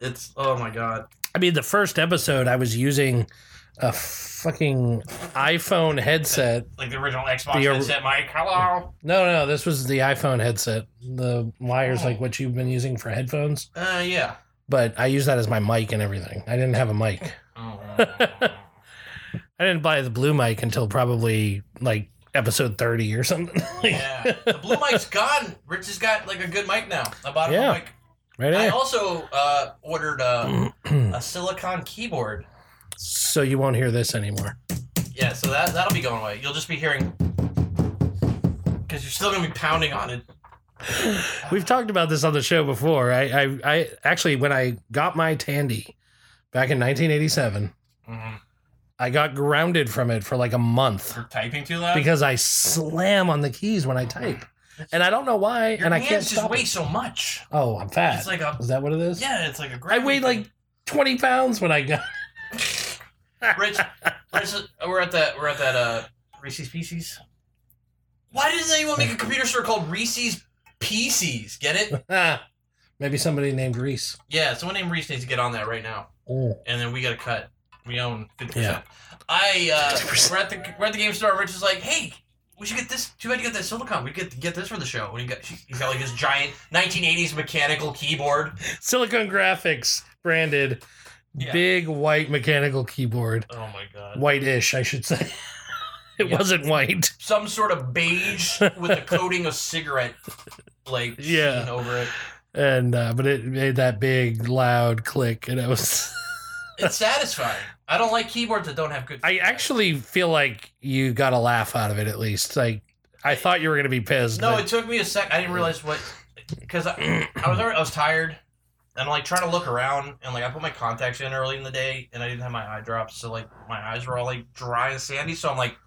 B: It's oh my god.
A: I mean, the first episode I was using a fucking iPhone headset.
B: Like the original Xbox
A: The or-
B: headset mic. Hello.
A: No, no, this was the iPhone headset. The wires
B: Oh.
A: like what you've been using for headphones,
B: Uh, yeah.
A: but I use that as my mic and everything. I didn't have a mic.
B: Oh.
A: I didn't buy the blue mic until probably like episode 30 or something.
B: yeah. The blue mic's gone. Rich has got like a good mic now. I bought him
A: Yeah.
B: a mic. I
A: right eh?
B: also uh, ordered a,
A: here.
B: a silicon keyboard.
A: so you won't hear this anymore.
B: Yeah, so that that'll be going away. You'll just be hearing because you're still gonna be pounding on it.
A: We've talked about this on the show before. I, I, I actually, when I got my Tandy back in 1987,
B: Mhm.
A: I got grounded from it for like a month
B: You're typing too loud.
A: because I slam on the keys when I type, and I don't know why,
B: Your
A: and I
B: hands
A: can't
B: just
A: stop.
B: weigh
A: it.
B: so much.
A: Oh, I'm fat.
B: It's like a
A: Is that what it is?
B: yeah, it's like a
A: I
B: gravity
A: weighed
B: thing.
A: like 20 pounds when I got.
B: Rich, Rich, we're at that we're at that uh Reese's Pieces. Why does anyone make a computer store called Reese's Pieces? Get it?
A: Ah, Maybe somebody named Reese.
B: Yeah, someone named Reese needs to get on that right now,
A: Oh.
B: and then we got to cut. We own fifty
A: Yeah.
B: percent. I uh, we're at the we're at the game store. and Rich is like, hey. We should get this. Too bad you got that silicon. We get get this for the show. And he got he's got like this giant 1980s mechanical keyboard.
A: Silicon Graphics branded
B: Yeah.
A: big white mechanical keyboard.
B: Oh my god.
A: White-ish, I should say. it
B: Yeah.
A: wasn't white.
B: some sort of beige with a coating of cigarette like
A: Yeah.
B: sheen over it.
A: And uh, but it made that big loud click, and it was.
B: It's satisfying. I don't like keyboards that don't have good.
A: I actually feel like you got a laugh out of it at least. Like I thought you were gonna be pissed.
B: no.
A: but-
B: It took me a sec. I didn't realize what because I, I was already, I was tired and like trying to look around and like I put my contacts in early in the day and I didn't have my eye drops so like my eyes were all like dry and sandy so I'm like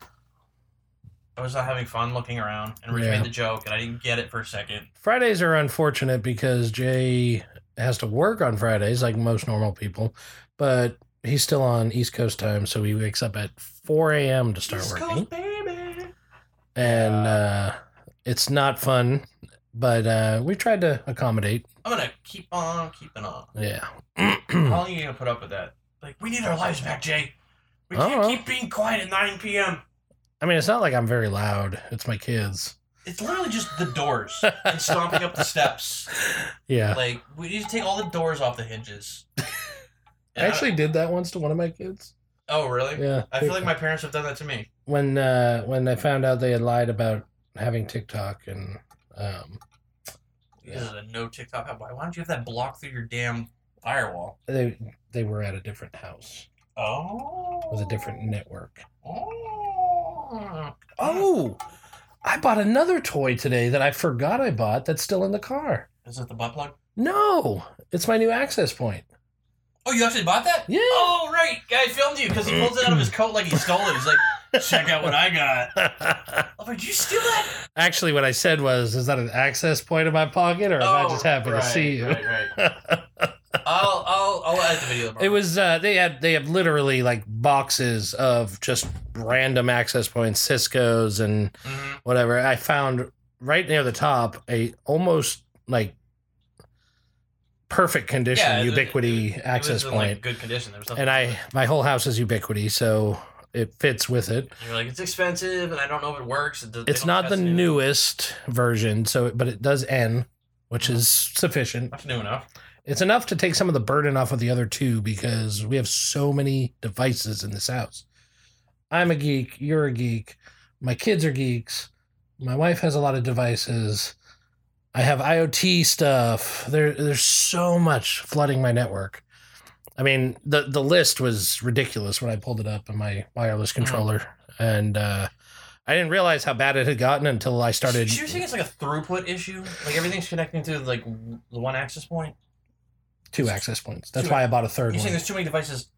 B: I was not having fun looking around and Rich
A: Yeah.
B: made the joke and I didn't get it for a second.
A: Fridays are unfortunate because Jay has to work on Fridays like most normal people, but he's still on East Coast time, so he wakes up at 4 a.m. to start
B: East
A: working,
B: Coast, baby.
A: and
B: Yeah.
A: uh, it's not fun. But uh, we tried to accommodate.
B: I'm gonna keep on keeping on.
A: Yeah. Hmm.
B: How long are you gonna put up with that? Like, we need our lives back, Jay. We
A: I
B: can't
A: don't know.
B: keep being quiet at 9 p.m.
A: I mean, it's not like I'm very loud. It's my kids.
B: It's literally just the doors and stomping up the steps.
A: Yeah.
B: Like, we need to take all the doors off the hinges.
A: I actually did that once to one of my kids.
B: Oh, really?
A: Yeah.
B: I feel like my parents have done that to me.
A: when uh, when I found out they had lied about having TikTok and um,
B: This is a no TikTok. Why, why don't you have that block through your damn firewall?
A: they they were at a different house
B: Oh.
A: with a different network.
B: Oh.
A: Oh, I bought another toy today that I forgot I bought. That's still in the car.
B: Is it the butt plug?
A: No, it's my new access point.
B: Oh, you actually bought that?
A: Yeah.
B: Oh, right. Guy filmed you because he pulls it out of his coat like he stole it. He's like, check out what I got. I'm like, did you steal that?
A: Actually, what I said was, is that an access point in my pocket, or am I
B: Oh,
A: just happy
B: right,
A: to see you?
B: Right, right. I'll, I'll, I'll edit the video.
A: It was uh, they had they had literally like boxes of just random access points, Cisco's and
B: hmm
A: whatever. I found right near the top a almost like perfect condition
B: it was-
A: ubiquity
B: it was
A: access
B: in,
A: point,
B: Like, good condition. There was nothing.
A: and I my whole house is ubiquity, so it fits with it.
B: You're like, it's expensive, and I don't know if it works. It does- they
A: It's
B: don't
A: not the
B: test it.
A: newest version, so but it does N, which
B: Mhm.
A: is sufficient.
B: That's new enough.
A: It's enough to take some of the burden off of the other two because we have so many devices in this house. I'm a geek, you're a geek, my kids are geeks, my wife has a lot of devices. I have IoT stuff. There there's so much flooding my network. I mean, the the list was ridiculous when I pulled it up on my wireless
B: Hmm.
A: controller and uh I didn't realize how bad it had gotten until I started.
B: Do you think it's like a throughput issue? Like everything's connecting to like w- the one access point.
A: two access points. That's
B: Two-
A: why I bought a third
B: You're
A: one.
B: saying there's too many devices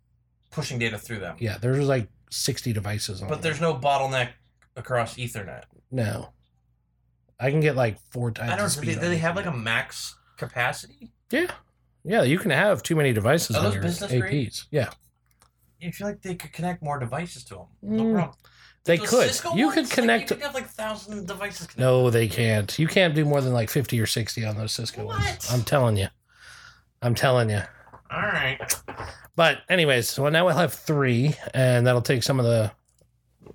B: pushing data through them.
A: Yeah, there's like 60 devices on
B: But
A: there.
B: there's no bottleneck across Ethernet.
A: No. I can get like four times.
B: I
A: the
B: don't. Do
A: speed
B: they,
A: on
B: do they
A: it.
B: have like a max capacity?
A: Yeah. Yeah, you can have too many devices
B: Are
A: on
B: those
A: your
B: business
A: APs.
B: grade?
A: Yeah.
B: You feel like they could connect more devices to them. No
A: Mm.
B: problem.
A: They
B: Those
A: could.
B: Cisco
A: you
B: ones,
A: could connect
B: Like, you could have like thousand devices. Connected.
A: No, they can't. You can't do more than like 50 or 60 on those Cisco
B: What?
A: ones. I'm telling you. I'm telling you.
B: All right.
A: But anyways, so now we'll have 3 and that'll take some of the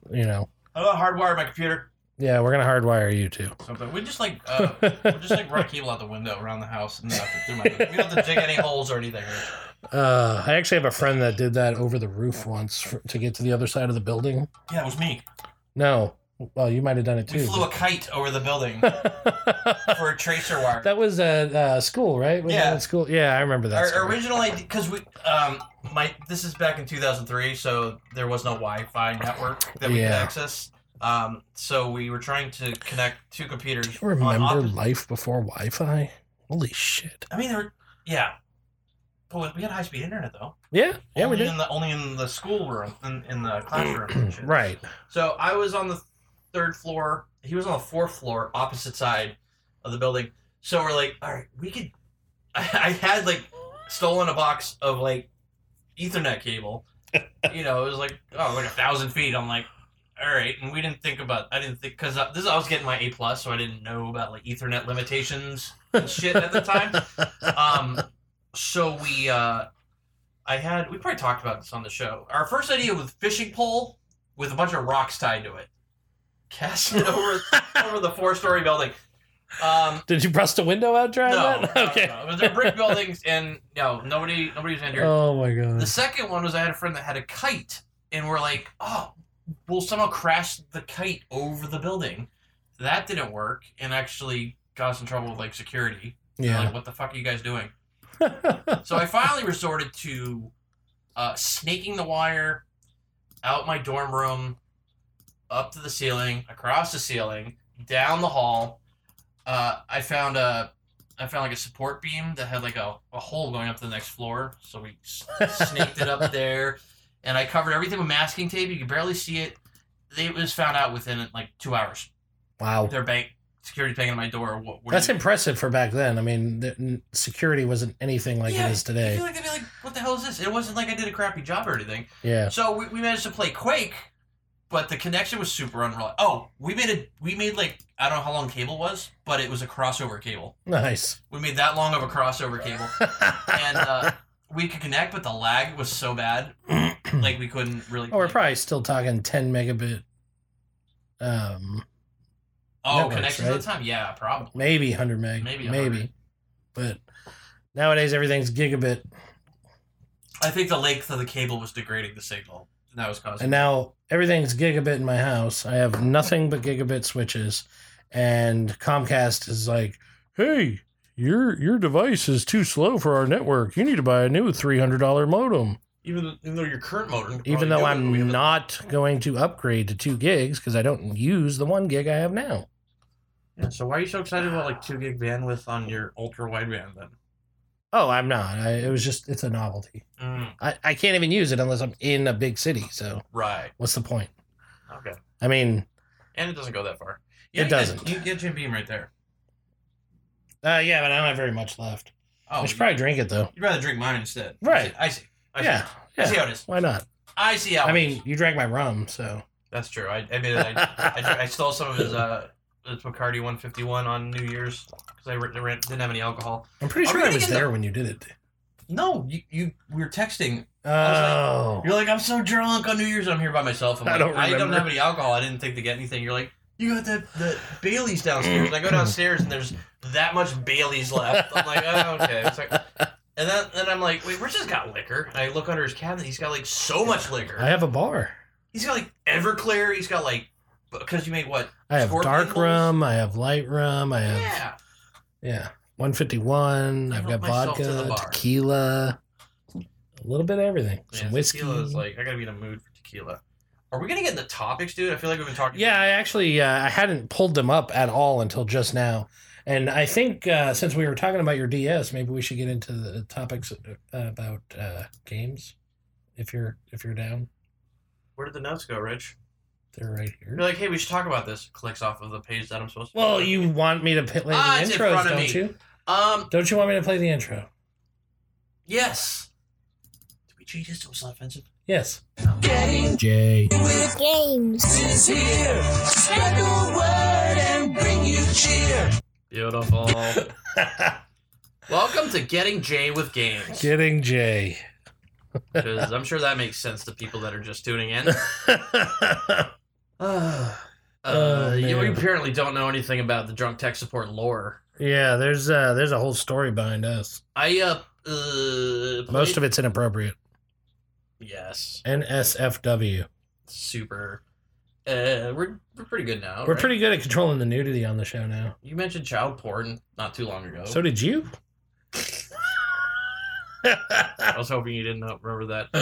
A: you know.
B: I'm gonna hardwire my computer.
A: Yeah, we're going to hardwire you too.
B: Something. We just like uh, we'll just like run cable out the window around the house and knock it through my. We don't have to dig any holes or anything.
A: Uh, I actually have a friend that did that over the roof once for, to get to the other side of the building.
B: Yeah, it was me.
A: No. Well, you might have done it
B: We
A: too.
B: flew a kite over the building
A: that
B: for a tracer wire.
A: was at uh, school, right? Wasn't
B: Yeah.
A: that at school. Yeah, I remember that.
B: Our
A: story.
B: original idea, because we, um, my this is back in 2003, so there was no Wi-Fi network that we
A: Yeah.
B: could access. Um, so we were trying to connect two computers.
A: Do you
B: on
A: remember
B: opposite-
A: life before Wi-Fi? Holy shit!
B: I mean, there, were- yeah. But we had high-speed internet though.
A: Yeah, yeah,
B: only
A: we did.
B: In the, only in the schoolroom, in, in the classroom. and shit.
A: right.
B: So I was on the third floor. He was on the fourth floor, opposite side of the building. So we're like, all right, we could. I, I had like stolen a box of like Ethernet cable. you know, it was like oh, like a thousand feet. I'm like, all right, and we didn't think about. I didn't think because this I was getting my A plus, so I didn't know about like Ethernet limitations and shit at the time. Um, so we, uh, I had we probably talked about this on the show. Our first idea was fishing pole with a bunch of rocks tied to it, cast it over over the four story building. Um,
A: Did you bust a window out during
B: no,
A: that?
B: no,
A: okay.
B: no, no. It was they're brick buildings, and no, nobody, nobody was injured.
A: Oh my god.
B: The second one was I had a friend that had a kite, and we're like, oh, we'll somehow crash the kite over the building. That didn't work, and actually got us in trouble with like security. They're
A: Yeah.
B: Like, what the fuck are you guys doing? So I finally resorted to uh, snaking the wire out my dorm room, up to the ceiling, across the ceiling, down the hall. Uh, I found a, I found like a support beam that had like a, a hole going up to the next floor. So we s- snaked it up there, and I covered everything with masking tape. You could barely see it. They- It was found out within like two hours.
A: wow.
B: Their bank security's banging on my door. What, what
A: That's
B: do you-
A: impressive for back then. I mean, the, n- security wasn't anything like
B: Yeah,
A: it is
B: I
A: today.
B: feel like I'd be like, what the hell is this? It wasn't like I did a crappy job or anything.
A: yeah.
B: So we, we managed to play Quake, but the connection was super unreliable. Oh, we made a we made like I don't know how long cable was, but it was a crossover cable.
A: Nice.
B: We made that long of a crossover cable, and uh, we could connect, but the lag was so bad, uh,
A: Hmm.
B: like we couldn't really.
A: oh, we're
B: connect.
A: probably still talking 10 megabit, um,
B: oh
A: networks,
B: connections
A: right?
B: at the time. Yeah, probably.
A: maybe 100 meg.
B: Maybe
A: Maybe.
B: 100.
A: Maybe. But nowadays, everything's gigabit.
B: I think the length of the cable was degrading the signal, and that was causing.
A: And now everything's gigabit in my house. I have nothing but gigabit switches, and Comcast is like, "Hey, your your device is too slow for our network. You need to buy a new three hundred dollar modem."
B: Oh, even even though your current modem, could
A: Even
B: probably
A: though
B: do it, we
A: I'm
B: haven't-
A: not going to upgrade to two gigs because I don't use the one gig I have now.
B: Yeah, so why are you so excited about like two gig bandwidth on your ultra wideband then?
A: Oh, I'm not. I, it was just it's a novelty.
B: Mm,
A: I, I can't even use it unless I'm in a big city. So
B: right.
A: what's the point?
B: Okay.
A: I mean,
B: And it doesn't go that far.
A: It
B: you get-
A: doesn't.
B: You get Jim Beam right there.
A: uh, yeah, but I don't have very much left.
B: Oh,
A: I should probably drink it though.
B: you'd rather drink mine instead.
A: Right.
B: I see. I see.
A: yeah,
B: I see
A: yeah.
B: how it is.
A: Why not?
B: I see how.
A: I
B: it
A: mean,
B: is.
A: you drank my rum, so.
B: that's true. I admit it. I, I, dr- I stole some of his uh his Bacardi 151 on New Year's because I ran- ran- didn't have any alcohol.
A: I'm pretty
B: Are
A: sure
B: we
A: I
B: gonna
A: was
B: get the-
A: there when you did it.
B: No, you you we were texting.
A: Oh,
B: You're like I'm so drunk on New Year's. I'm here by myself. I'm
A: I
B: like,
A: don't
B: I don't
A: remember.
B: have any alcohol. I didn't think to get anything. You're like. You got that, that Bailey's downstairs. And I go downstairs and there's that much Bailey's left. I'm like, oh, okay. It's like, And then, then I'm like, wait, Rich has got liquor. And I look under his cabinet. He's got like so much liquor.
A: I have a bar.
B: he's got like Everclear. He's got like because you made what?
A: I have
B: Scorpion
A: dark
B: bowls?
A: rum. I have light rum. I have yeah,
B: Yeah.
A: 151.
B: I
A: I've
B: helped
A: got
B: myself to the
A: vodka,
B: bar.
A: tequila, a little bit of everything. Some
B: Yeah,
A: whiskey.
B: Tequila is uh, like I gotta be in a mood for tequila. Are we gonna get into topics, dude? I feel like we've been talking.
A: yeah, I actually uh, I hadn't pulled them up at all until just now, and I think uh, since we were talking about your DS, maybe we should get into the topics uh, about uh, games. If you're if you're down,
B: Where did the notes go, Rich?
A: they're right here.
B: You're like, hey, we should talk about this. Clicks off of the page that I'm supposed to.
A: Well, you want me to play the
B: Ah, it's in
A: intros,
B: front
A: don't
B: of me.
A: you?
B: Um.
A: Don't you want me to play the intro?
B: Yes. Did we change this to it's not offensive?
A: Yes. Jay.
B: Beautiful. Welcome to Getting Jay with Games.
A: Getting Jay.
B: Because I'm sure that makes sense to people that are just tuning in. uh,
A: Oh,
B: you
A: man.
B: apparently don't know anything about the drunk tech support lore.
A: yeah, there's uh there's a whole story behind us.
B: I uh, uh
A: Most of it's inappropriate.
B: yes,
A: NSFW.
B: super. Uh, we're we're pretty good now.
A: We're
B: right?
A: pretty good at controlling the nudity on the show now.
B: You mentioned child porn not too long ago.
A: So did you?
B: I was hoping you didn't know- remember that.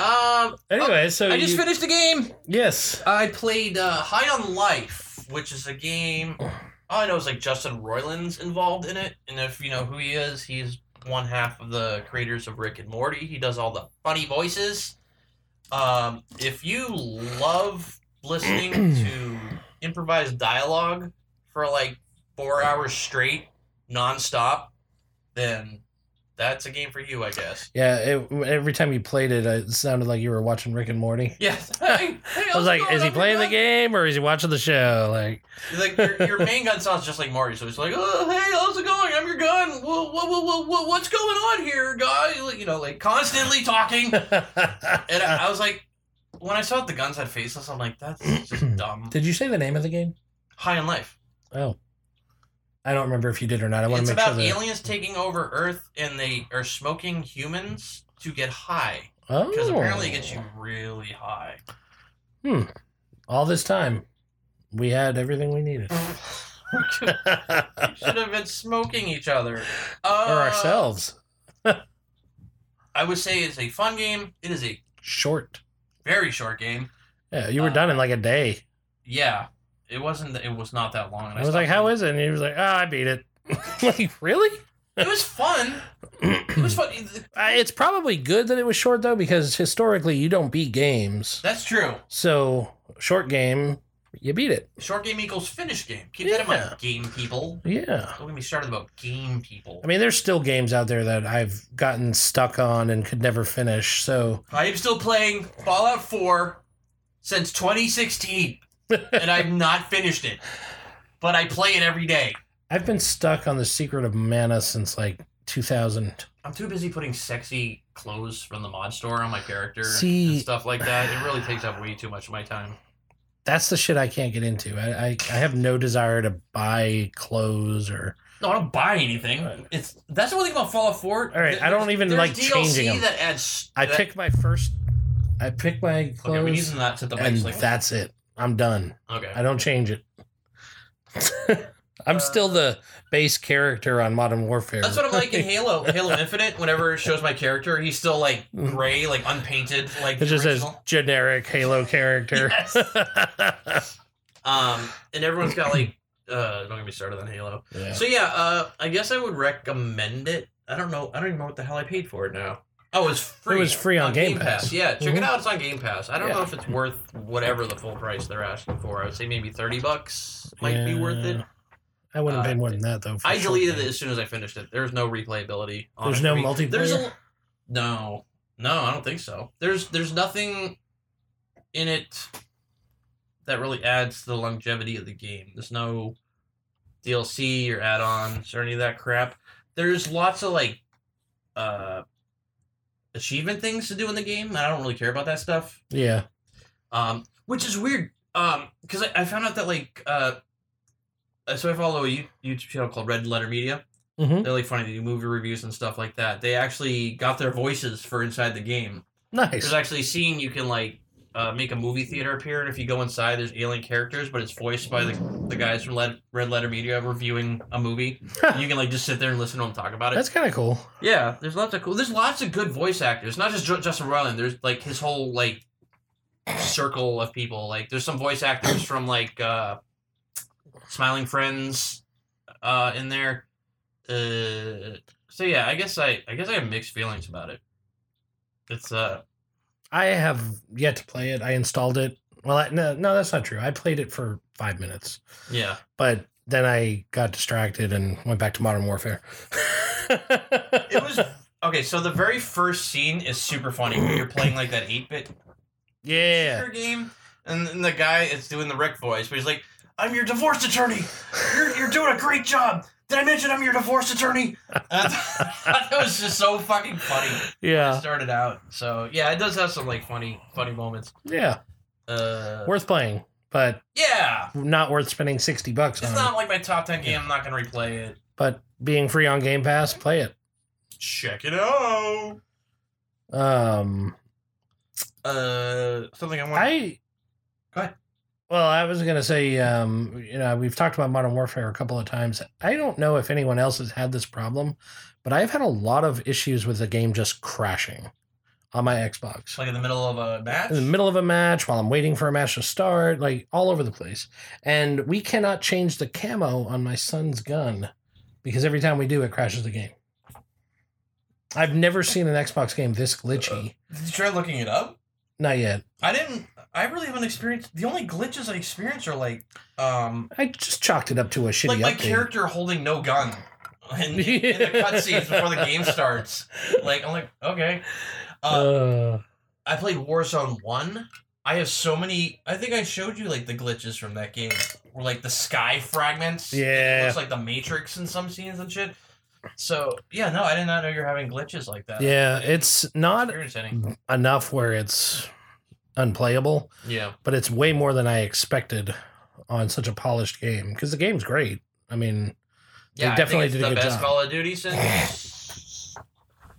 B: Um,
A: anyway, so
B: I just
A: you-
B: finished the game.
A: yes,
B: I played uh, High on Life, which is a game. All I know is like Justin Roiland's involved in it, and if you know who he is, he's one half of the creators of Rick and Morty. He does all the funny voices. Um, if you love listening to improvised dialogue for like four hours straight, nonstop, then that's a game for you, I guess.
A: yeah. It, every time you played it, it sounded like you were watching Rick and Morty.
B: Yeah.
A: I was like, is he playing the game or is he watching the show? Like,
B: He's like your, your main gun sounds just like Marty, so he's like, "Oh, hey, how's it going? I'm your gun. Whoa, whoa, whoa, whoa, whoa what's going on here, guy?" Like, You know, like constantly talking. And I, I was like, when I saw that the guns had faceless, I'm like, that's just dumb.
A: did you say the name of the game?
B: High in life.
A: Oh, I don't remember if you did or not. I want
B: It's
A: to make sure.
B: about
A: That,
B: aliens taking over Earth, and they are smoking humans to get high
A: oh,
B: because apparently it gets you really high.
A: all this time. We had everything we needed,
B: Should have been smoking each other
A: or
B: Uh,
A: ourselves.
B: I would say it's a fun game. It is a
A: Short.
B: very short game.
A: Yeah, you were
B: uh,
A: done in like a day.
B: Yeah, it wasn't. It was not that long. and
A: I was like, "How
B: stopped
A: is it?" And he was like, "Ah, I beat it." like, really?
B: playing. It was fun. It was fun.
A: Uh, it's probably good that it was short though, because historically you don't beat games.
B: That's true.
A: So short game you beat it.
B: Short game equals finish game. Keep that in
A: Yeah.
B: mind, game people.
A: Yeah.
B: Don't get me started about game people.
A: I mean, there's still games out there that I've gotten stuck on and could never finish. So
B: I am still playing Fallout 4 since 2016, and I've not finished it. But I play it every day.
A: I've been stuck on the Secret of Mana since like 2000.
B: I'm too busy putting sexy clothes from the mod store on my character
A: See-
B: and stuff like that. It really takes up way too much of my time.
A: That's the shit I can't get into. I, I, I have no desire to buy clothes or
B: No, I don't buy anything. It's that's the one thing about Fallout 4.
A: All right, I don't even
B: there's
A: like
B: DLC
A: changing 'em.
B: that adds.
A: I
B: that-
A: pick my first. I pick my clothes,
B: Okay, we need to not set the
A: and
B: mics like
A: that's it. I'm done.
B: Okay.
A: I don't change it. I'm still the base character on Modern Warfare.
B: That's what I'm like in Halo, Halo Infinite. Whenever it shows my character, he's still like gray, like unpainted, like
A: It
B: the
A: just says
B: original.
A: generic Halo character.
B: Um, and everyone's got like, uh, don't get me started on Halo.
A: Yeah.
B: So yeah, uh, I guess I would recommend it. I don't know. I don't even know what the hell I paid for it now. Oh, it's free.
A: was free on Game Pass.
B: Yeah, check
A: Mhm.
B: it out. It's on Game Pass. I don't
A: Yeah.
B: know if it's worth whatever the full price they're asking for. I would say maybe thirty bucks might be worth it.
A: Yeah. I wouldn't pay
B: Uh,
A: more than that though. for
B: I
A: sure.
B: deleted it as soon as I finished it. There's no replayability. On
A: There's
B: it
A: no
B: for me.
A: multiplayer?
B: There's a, no, no, I don't think so. There's there's nothing in it that really adds to the longevity of the game. There's no DLC or add-ons or any of that crap. There's lots of like uh achievement things to do in the game. and I don't really care about that stuff.
A: Yeah.
B: Um, which is weird. Um, because I, I found out that like uh, uh, so I follow a Yo- YouTube channel called Red Letter Media.
A: Mhm.
B: They're like funny. They do movie reviews and stuff like that. They actually got their voices for inside the game. There's
A: Nice.
B: actually a scene you can like uh, make a movie theater appear, and if you go inside, there's alien characters, but it's voiced by the the guys from Led, Red Letter Media reviewing a movie. you can like just sit there and listen to them talk about it.
A: That's kind of cool.
B: Yeah, there's lots of cool. There's lots of good voice actors. Not just Ju- Justin Roiland. There's like his whole like circle of people. Like there's some voice actors from like uh Smiling Friends uh in there. Uh so yeah, I guess I I guess I have mixed feelings about it. It's uh
A: I have yet to play it. I installed it. Well, I, no, no, that's not true. I played it for five minutes,
B: yeah.
A: but then I got distracted and went back to Modern Warfare.
B: It was okay, so the very first scene is super funny when you're playing like that 8-bit
A: yeah.
B: Her game, and, and the guy is doing the Rick voice, but he's like, "I'm your divorce attorney. You're, you're doing a great job. Did I mention I'm your divorce attorney?" And I thought that was just so fucking funny. It
A: Yeah.
B: started out, so yeah, it does have some like funny, funny moments.
A: Yeah.
B: Uh,
A: Worth playing, but
B: yeah,
A: not worth spending 60 bucks
B: it's
A: on.
B: not like my top ten game. I'm not gonna replay it.
A: but being free on Game Pass, play it.
B: Check it out.
A: Um,
B: Uh, something I want.
A: I
B: Go ahead.
A: Well, I was gonna say, um, you know, we've talked about Modern Warfare a couple of times. I don't know if anyone else has had this problem, but I've had a lot of issues with the game just crashing on my Xbox
B: like in the middle of a match.
A: in the middle of a match while I'm waiting for a match to start, like all over the place. And we cannot change the camo on my son's gun because every time we do, it crashes the game. I've never seen an Xbox game this glitchy.
B: Did you try looking it up?
A: Not yet.
B: I didn't. I really haven't experienced. The only glitches I experienced are like, um,
A: I just chalked it up to a shitty
B: like my
A: update.
B: character holding no gun in, in the cutscenes before the game starts. Like I'm like, okay. Uh,
A: Uh,
B: I played Warzone One. I have so many. I think I showed you like the glitches from that game, where like the sky fragments. It
A: yeah,
B: looks like the Matrix in some scenes and shit. So yeah, no, I did not know you're having glitches like that.
A: yeah. It's not
B: Experience any.
A: enough where it's unplayable,
B: Yeah.
A: but it's way more than I expected on such a polished game because the game's great. I mean, They
B: Yeah. I
A: definitely did
B: think it's
A: a
B: the
A: good
B: best
A: job.
B: Call of Duty since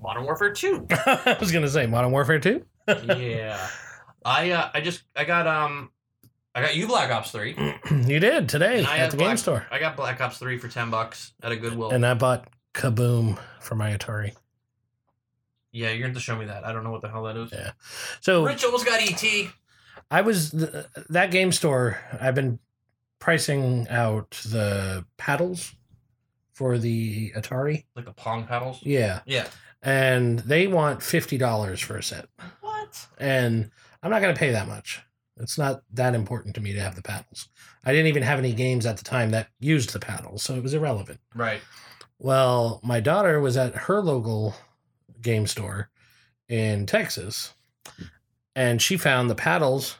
B: Modern Warfare Two.
A: I was gonna say Modern Warfare Two.
B: yeah. I uh, I just I got um I got you Black Ops Three.
A: you did today
B: And I
A: at
B: have
A: the game
B: Black-
A: store,
B: I got Black Ops Three for ten bucks at a Goodwill.
A: and I bought Kaboom for my Atari.
B: yeah, you're gonna have to show me that. I don't know what the hell that is.
A: Yeah. So
B: Rich almost got E ET.
A: I was th- that game store. I've been pricing out the paddles for the Atari.
B: Like the pong paddles.
A: Yeah,
B: Yeah.
A: and they want fifty dollars for a set,
B: What?
A: and I'm not gonna pay that much. It's not that important to me to have the paddles. I didn't even have any games at the time that used the paddles, so it was irrelevant.
B: Right.
A: Well, my daughter was at her local game store in Texas, and she found the paddles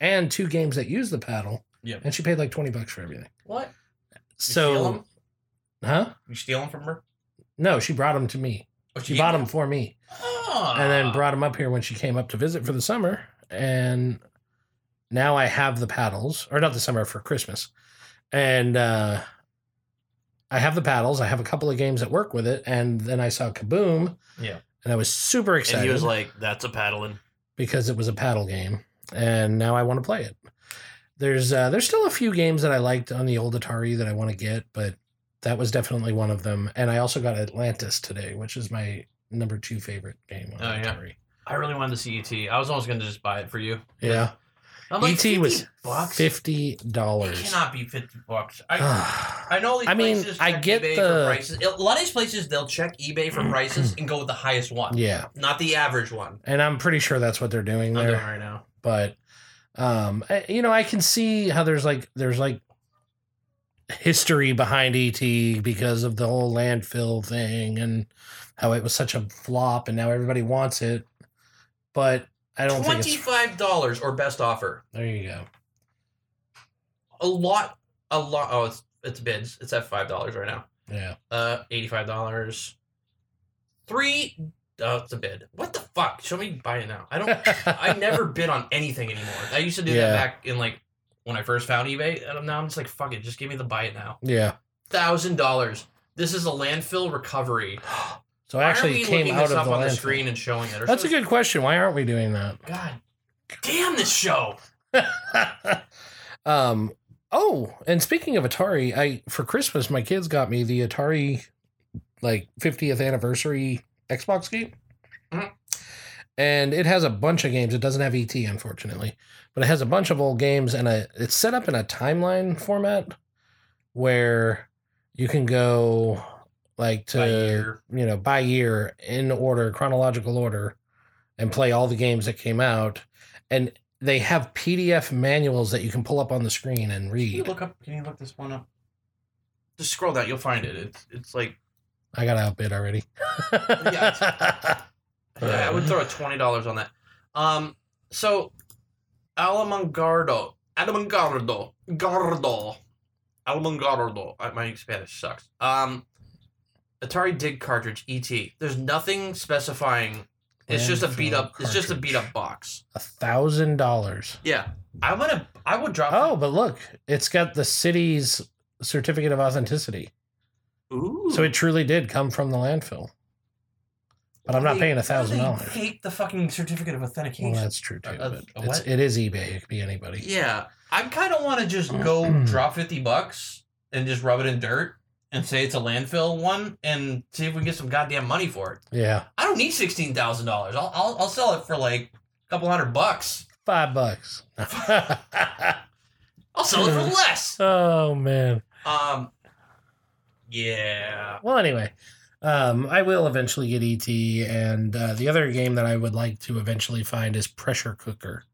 A: and two games that use the paddle.
B: Yep.
A: And she paid like twenty bucks for everything.
B: What? You steal
A: So,
B: 'em?
A: huh?
B: you steal them from her?
A: No, she brought them to me.
B: Oh,
A: She
B: you-
A: bought them for me,
B: Ah.
A: and then brought them up here when she came up to visit for the summer. And now I have the paddles, or not the summer for Christmas, and uh, I have the paddles. I have a couple of games that work with it, and then I saw Kaboom.
B: Yeah.
A: and I was super excited.
D: And he was like, "That's a paddling."
A: because it was a paddle game, and now I want to play it. There's uh, there's still a few games that I liked on the old Atari that I want to get, but that was definitely one of them. And I also got Atlantis today, which is my number two favorite game on
B: Oh, yeah.
A: Atari.
B: I really wanted to see ET. I was almost gonna just buy it for you.
A: Yeah,
B: I'm like,
A: ET E was
B: 50 bucks.
A: fifty
B: It
A: dollars.
B: cannot be fifty bucks. I, I know these
A: I mean,
B: places
A: I
B: check
A: get
B: eBay
A: the-
B: for prices. A lot of these places they'll check eBay for prices and go with the highest one,
A: yeah,
B: not the average one.
A: and I'm pretty sure that's what they're doing
B: I'm
A: there.
B: doing it right now.
A: but um I- you know i can see how there's like there's like history behind et because of the whole landfill thing and how it was such a flop and now everybody wants it but i don't think
B: Twenty
A: it's
B: five dollars or best offer.
A: there you go
B: A lot, a lot. Oh, it's it's bids. It's at five dollars right now.
A: yeah
B: Uh, eighty five dollars. Three. Oh, it's a bid. What the fuck? Show me buy it now. I don't. I never bid on anything anymore. I used to do
A: Yeah.
B: that back in like when I first found eBay, and I'm- now I'm just like, fuck it, just give me the buy it now.
A: yeah
B: Thousand dollars. This is a landfill recovery.
A: so i
B: Why are
A: actually
B: we
A: came
B: looking
A: out
B: this
A: of
B: up
A: the,
B: on the
A: landfill.
B: screen and showing it? Or
A: that's a
B: something?
A: good question why aren't we doing that
B: God damn this show.
A: um oh and speaking of atari i for christmas my kids got me the atari like 50th anniversary xbox game
B: Mhm.
A: and it has a bunch of games it doesn't have et unfortunately but it has a bunch of old games and a, it's set up in a timeline format where you can go like to
B: By year.
A: you know by year in order chronological order and play all the games that came out and they have pdf manuals that you can pull up on the screen and
B: Can you
A: read
B: look up? Can you look this one up? Just scroll down. You'll find it. It's it's like
A: i got outbid already
B: yeah, I would throw a twenty dollars on that. Um. So, Alamangardo, Alamangardo, Gardo, Alamangardo. I- My Spanish sucks. Um, Atari Dig cartridge ET. There's nothing specifying. It's just a
A: Landfill
B: beat up. It's just a beat up
A: cartridge.
B: box.
A: a thousand dollars
B: Yeah, I want to. I would drop.
A: oh but look it's got the city's certificate of authenticity
B: Ooh.
A: so it truly did come from the landfill but i'm not
B: They-
A: paying a
B: how do
A: thousand
B: they
A: dollars
B: Fake the fucking certificate of authentication.
A: well that's true too
B: Uh,
A: but
B: uh,
A: it's,
B: what?
A: it is ebay it could be anybody
B: Yeah, I kind of want to just go drop fifty bucks and just rub it in dirt and say it's a landfill one and see if we can get some goddamn money for it.
A: yeah
B: I don't need sixteen thousand dollars. I'll, I'll I'll sell it for like a couple hundred bucks.
A: five bucks
B: I'll sell it
A: Mm-hmm.
B: for less.
A: oh man
B: Um, yeah.
A: Well, anyway, um, I will eventually get ET, and uh, the other game that I would like to eventually find is Pressure Cooker.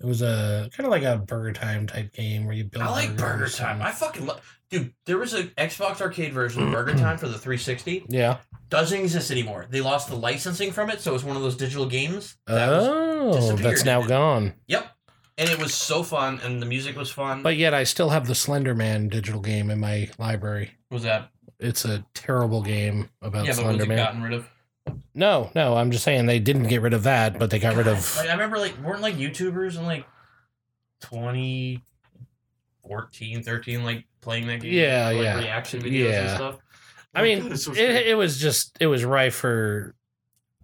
A: It was a kind of like a Burger Time type game where you build.
B: I like Burger
A: burgers
B: Time.
A: and-
B: I fucking love, dude. There was an Xbox arcade version of Burger Time for the 360.
A: yeah.
B: Doesn't exist anymore. They lost the licensing from it, so it was one of those digital games. that was
A: Oh,
B: disappeared,
A: that's now
B: didn't it?
A: gone.
B: Yep. And it was so fun, and the music was fun.
A: But yet, I still have the Slender Man digital game in my library.
B: was that?
A: It's a terrible game about
B: yeah, but was
A: uh, Slender
B: it
A: Man.
B: gotten rid of?
A: No, no, I'm just saying they didn't get rid of that, but they got rid of.
B: Like, I remember, like, weren't like YouTubers in like 2014, 13, like playing that game?
A: Yeah,
B: Like,
A: yeah.
B: Reaction videos
A: Yeah.
B: and stuff.
A: I
D: Oh my
A: mean,
D: God, it's so scary.
A: it, it was just it was rife for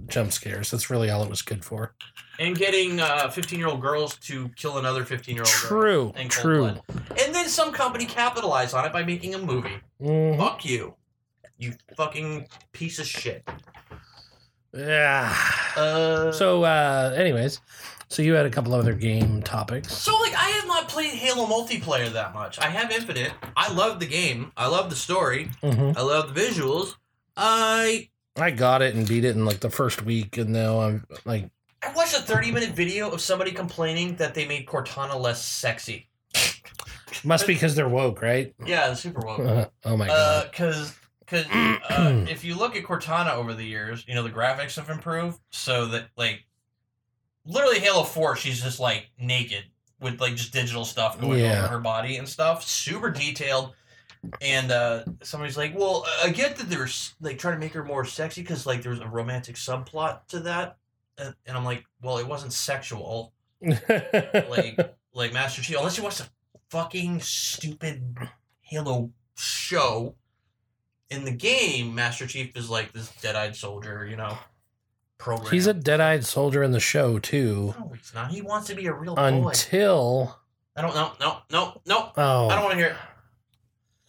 A: jump scares. That's really all it was good for.
B: And getting 15 year old girls to kill another 15 year old
A: True,
B: girl. in cold
A: true.
B: blood. And then some company capitalized on it by making a movie.
A: Mhm.
B: Fuck you. You fucking piece of shit.
A: Yeah.
B: Uh,
A: So, uh, anyways, so you had a couple other game topics.
B: So like I have not played Halo multiplayer that much. I have Infinite. I love the game. I love the story.
A: Mhm.
B: I love the visuals. I
A: I got it and beat it in like the first week, and now I'm like
B: I watched a 30 minute video of somebody complaining that they made Cortana less sexy.
A: Must be because they're woke, right?
B: Yeah, the super woke.
A: Uh, oh my god.
B: because because uh, if you look at Cortana over the years, you know the graphics have improved so that like literally Halo Four, she's just like naked with like just digital stuff going
A: Yeah.
B: over her body and stuff, super detailed. And uh, somebody's like, "Well, I get that they're s- like trying to make her more sexy because like there's a romantic subplot to that," and, and I'm like, "Well, it wasn't sexual, like like Master Chief, unless you watch the fucking stupid Halo show in the game, Master Chief is like this dead-eyed soldier, you know, program.
A: He's a dead-eyed soldier in the show too.
B: no, he's not. He wants to be a real Oh, boy.
A: Until
B: I don't know. No, no, no. I don't
A: oh,
B: want to hear it.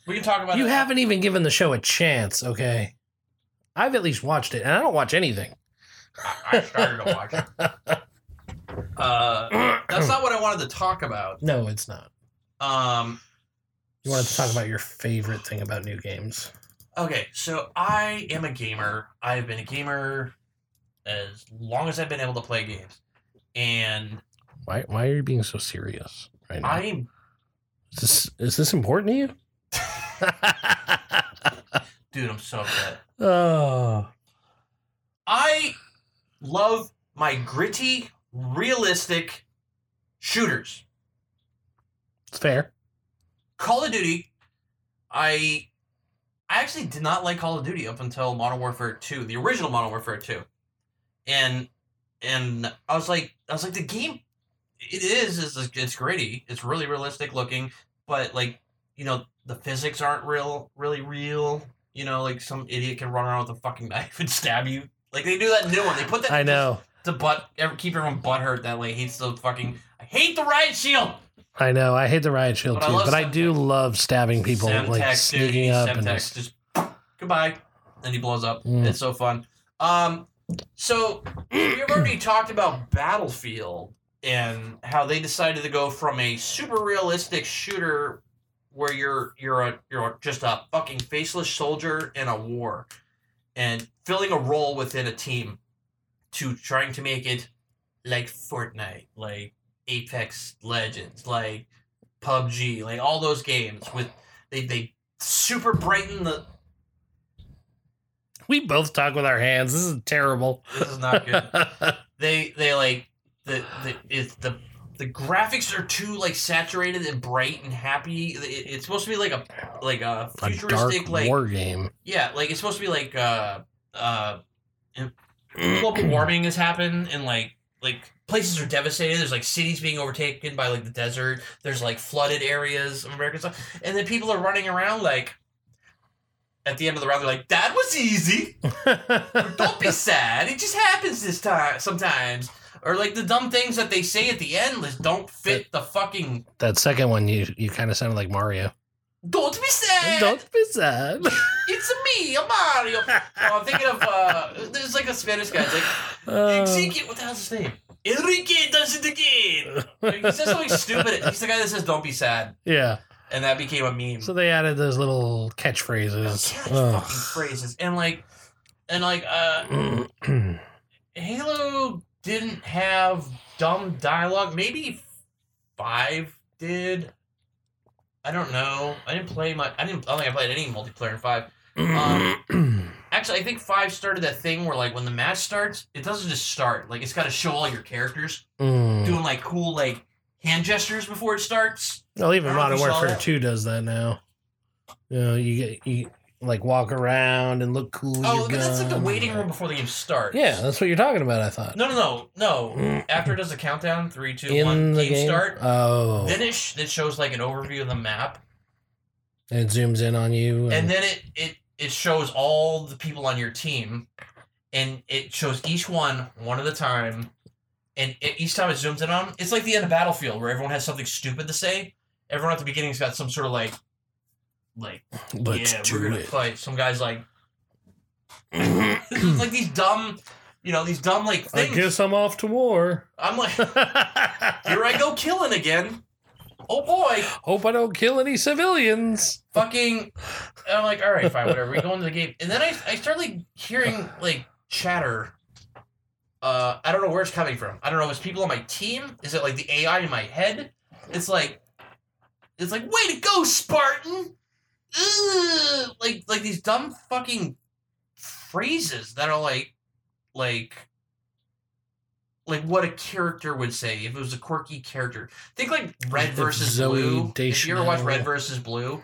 B: We can talk about
A: you
B: it.
A: haven't even given the show a chance. Okay, I've at least watched it, and I don't watch anything.
B: I I started to watch. it. Uh, that's not what I wanted to talk about.
A: no, it's not.
B: Um,
A: You wanted to talk about your favorite thing about new games.
B: Okay, so I am a gamer. I've been a gamer as long as I've been able to play games. And
A: Why? Why are you being so serious right now?
B: I'm
A: is, this, is this important to you?
B: dude, I'm so upset.
A: oh,
B: I love my gritty, realistic shooters.
A: it's fair.
B: Call of Duty, I I actually did not like Call of Duty up until Modern Warfare 2, the original Modern Warfare 2. And and I was like I was like the game it is is it's gritty. It's really realistic looking, but like, you know, the physics aren't real really real. You know, like some idiot can run around with a fucking knife and stab you. Like they do that new one. They put that
A: I know.
B: to butt ever keep everyone butt hurt that like hates the fucking I hate the riot shield.
A: I know. I hate the riot shield
B: But I
A: too,
B: love
A: but I do love stabbing people, like
B: Semtex, dude,
A: sneaking up and
B: Semtex,
A: just,
B: just goodbye, and he blows up.
A: Mm.
B: It's so fun. Um, so we've already talked about Battlefield and how they decided to go from a super realistic shooter where you're you're a you're just a fucking faceless soldier in a war and filling a role within a team to trying to make it like Fortnite, like Apex Legends, like PUBG, like all those games with they they super brighten the
A: we both talk with our hands. This is terrible.
B: this is not good. they they like the the it's the the graphics are too like saturated and bright and happy. It- it's supposed to be like a like a
A: a
B: futuristic
A: dark
B: like
A: war game.
B: yeah like it's supposed to be like uh uh global warming has happened and like like places are devastated there's like cities being overtaken by like the desert there's like flooded areas of america and stuff and then people are running around like at the end of the round they're like that was easy don't be sad it just happens this time sometimes or like the dumb things that they say at the end just don't fit the fucking
A: that second one, you you kind of sounded like Mario.
B: don't be sad
A: Don't be sad.
B: it's me a mario oh, i'm thinking of uh there's like a spanish guy it's like
A: Uh,
B: Enrique, what the hell's his name? Enrique does it again. Like, he says something stupid. He's the guy that says "Don't be sad,"
A: yeah.
B: and that became a meme.
A: So they added those little catchphrases.
B: Catch
A: Ugh.
B: fucking phrases and like, and like, uh, Halo didn't have dumb dialogue. Maybe five did. I don't know. I didn't play my. I didn't. I don't think I played any multiplayer in five. Actually, I think five started that thing where like when the match starts, it doesn't just start. Like it's got to show all your characters.
A: Mm.
B: doing like cool like hand gestures before it starts.
A: Well, Oh, even
B: I don't know
A: Modern
B: if you saw
A: Warfare
B: that.
A: Two does that now. You know, you get you like walk around and look cool. with
B: Oh,
A: your
B: but that's like the
A: gun.
B: waiting room before the game starts.
A: Yeah, that's what you're talking about. I thought.
B: No, no, no, no. After it does the countdown, three, two, one,
A: In the
B: game,
A: game.
B: start.
A: Oh,
B: Then it, sh- it shows like an overview of the map,
A: and it zooms in on you. And,
B: and then it it it shows all the people on your team, and it shows each one one at a time, and it, each time it zooms in on 'em, it's like the end of Battlefield where everyone has something stupid to say. Everyone at the beginning's got some sort of like like
A: let's
B: yeah, we're
A: do
B: gonna
A: it.
B: fight. Some guys like it's like these dumb, you know, these dumb like
A: I
B: things.
A: guess I'm off to war.
B: I'm like, here
A: Hope
B: I go killing again. Oh boy,
A: I don't kill any civilians.
B: fucking! And I'm like, all right, fine, whatever. We go into the game, and then I I start like hearing like chatter uh, I don't know where it's coming from. I don't know if it's people on my team. Is it like the AI in my head? It's like, it's like, way to go, Spartan! Ugh! Like, like these dumb fucking phrases that are like, like, like what a character would say if it was a quirky character. Think like Red
A: Like the
B: versus
A: Zooey
B: Blue. If you ever watch
A: Deschanel.
B: Red versus Blue,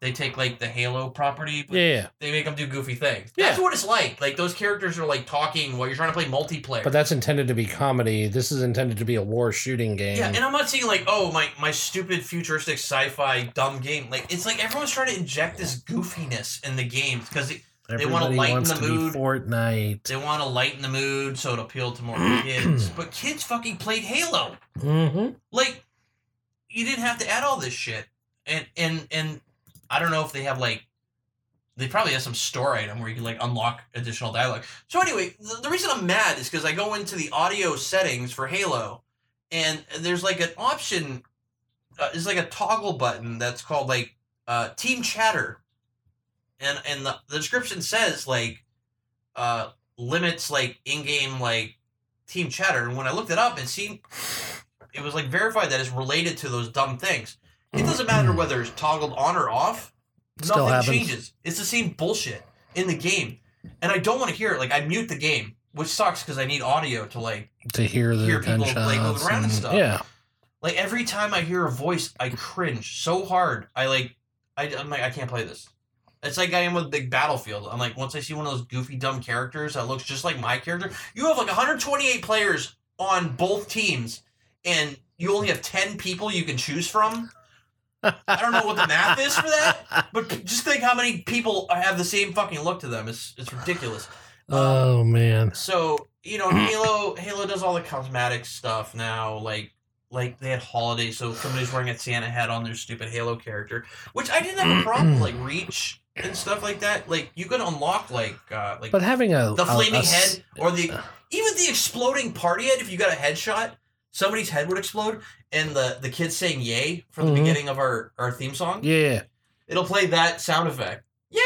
B: they take like the Halo property, but
A: Yeah, yeah.
B: they make them do goofy things. That's
A: Yeah.
B: what it's like. Like those characters are like talking while you're trying to play multiplayer.
A: But that's intended to be comedy. This is intended to be a war shooting game.
B: yeah, and I'm not saying like, oh my my stupid futuristic sci-fi dumb game. Like it's like everyone's trying to inject this goofiness in the game because they, they wanna
A: Everybody
B: lighten
A: wants
B: the
A: to be
B: mood.
A: Fortnite.
B: they want to lighten the mood so it appealed to more kids. But kids fucking played Halo.
A: hmm
B: Like you didn't have to add all this shit. And and and I don't know if they have like they probably have some store item where you can like unlock additional dialogue. So anyway, the, the reason I'm mad is because I go into the audio settings for Halo, and there's like an option, uh, it's like a toggle button that's called like uh, team chatter, and and the, the description says like uh, limits like in-game like team chatter. And when I looked it up, it seemed it was like verified that it's related to those dumb things. It doesn't matter whether it's toggled on or off
A: Still
B: nothing
A: happens.
B: changes. It's the same bullshit in the game, and I don't want to hear it. Like I mute the game, which sucks because I need audio to like.
A: To hear the
B: Hear people, like,
A: gunshots.
B: move around and stuff.
A: Yeah.
B: Like every time I hear a voice, I cringe so hard. I like, I, I'm like, I can't play this. It's like I am with Big Battlefield. I'm like, once I see one of those goofy, dumb characters that looks just like my character, you have like 128 players on both teams, and you only have 10 people you can choose from. I don't know what the math is for that, but just think how many people have the same fucking look to them. It's it's ridiculous.
A: Oh man.
B: So you know, Halo Halo does all the cosmetic stuff now. Like like they had holiday, so somebody's wearing a Santa hat on their stupid Halo character, which I didn't have a problem with, like Reach and stuff like that. Like you could unlock like uh like
A: But having a
B: the
A: a-
B: flaming
A: a s-
B: head or the even the exploding party head. If you got a headshot, somebody's head would explode, and the the kids saying "Yay" for the
A: Mhm.
B: beginning of our our theme song.
A: Yeah.
B: It'll play that sound effect. Yay!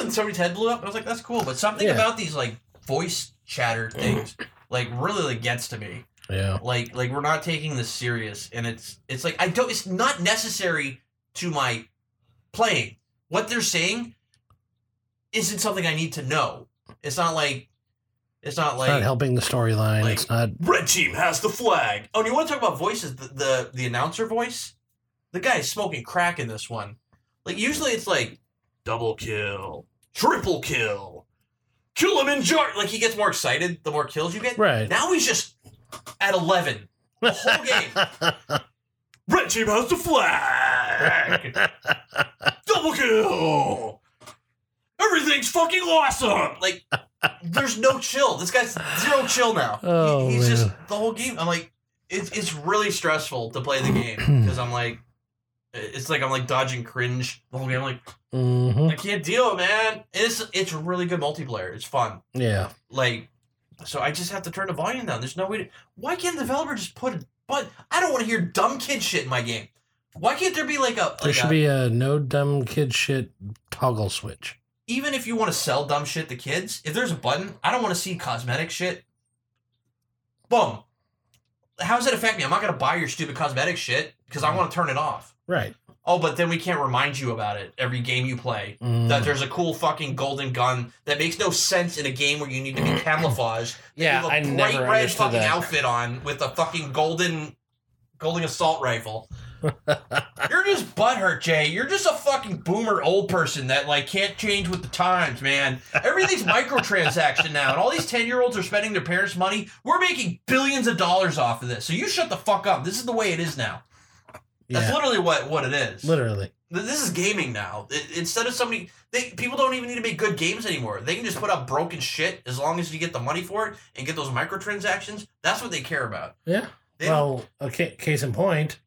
B: And somebody's head blew up. And I was like, that's cool. But something
A: Yeah.
B: about these like voice chatter things like really like, gets to me.
A: Yeah.
B: Like like we're not taking this serious and it's it's like I don't it's not necessary to my playing. What they're saying isn't something I need to know. It's not like it's not
A: It's not
B: like
A: helping the storyline.
B: like-
A: it's not
D: Red team has the flag.
B: Oh, and you want to talk about voices? The, the the announcer voice, the guy is smoking crack in this one. Like usually it's like
D: Double kill.
B: triple kill. Kill him in jar. Like he gets more excited the more kills you get.
A: right.
B: Now he's just at eleven. The whole game.
D: Red team has the flag. Double kill. Everything's fucking awesome.
B: Like there's no chill. This guy's zero chill now. He-
A: Oh,
B: he's just
A: man.
B: the whole game. I'm like, it's it's really stressful to play the game because I'm like, it's like I'm like dodging cringe the whole game. I'm like
A: Mhm.
B: I can't deal, man. And it's it's really good multiplayer. It's fun.
A: Yeah.
B: like so i just have to turn the volume down there's no way to why can't the developer just put a but i don't want to hear dumb kid shit in my game why can't there be like a
A: There
B: like
A: should
B: a,
A: be a no dumb kid shit toggle switch.
B: even if you want to sell dumb shit to kids if there's a button i don't want to see cosmetic shit boom how does that affect me i'm not going to buy your stupid cosmetic shit because i want to turn it off
A: Right.
B: oh but then we can't remind you about it every game you play
A: Mm.
B: that there's a cool fucking golden gun that makes no sense in a game where you need to be camouflaged. that
A: Yeah,
B: you
A: I
B: have a bright
A: never
B: red
A: understood
B: fucking
A: that.
B: outfit on with a fucking golden, golden assault rifle. You're just butthurt, Jay. You're just a fucking boomer old person that like can't change with the times, man. Everything's microtransaction now, and all these ten year olds are spending their parents' money. We're making billions of dollars off of this, so you shut the fuck up. This is the way it is now. That's
A: yeah.
B: literally what what it is.
A: Literally.
B: Th- This is gaming now. I- Instead of somebody, they people don't even need to make good games anymore. They can just put out broken shit as long as you get the money for it and get those microtransactions. That's what they care about.
A: Yeah.
B: They don't-
A: Well, okay. Case in point,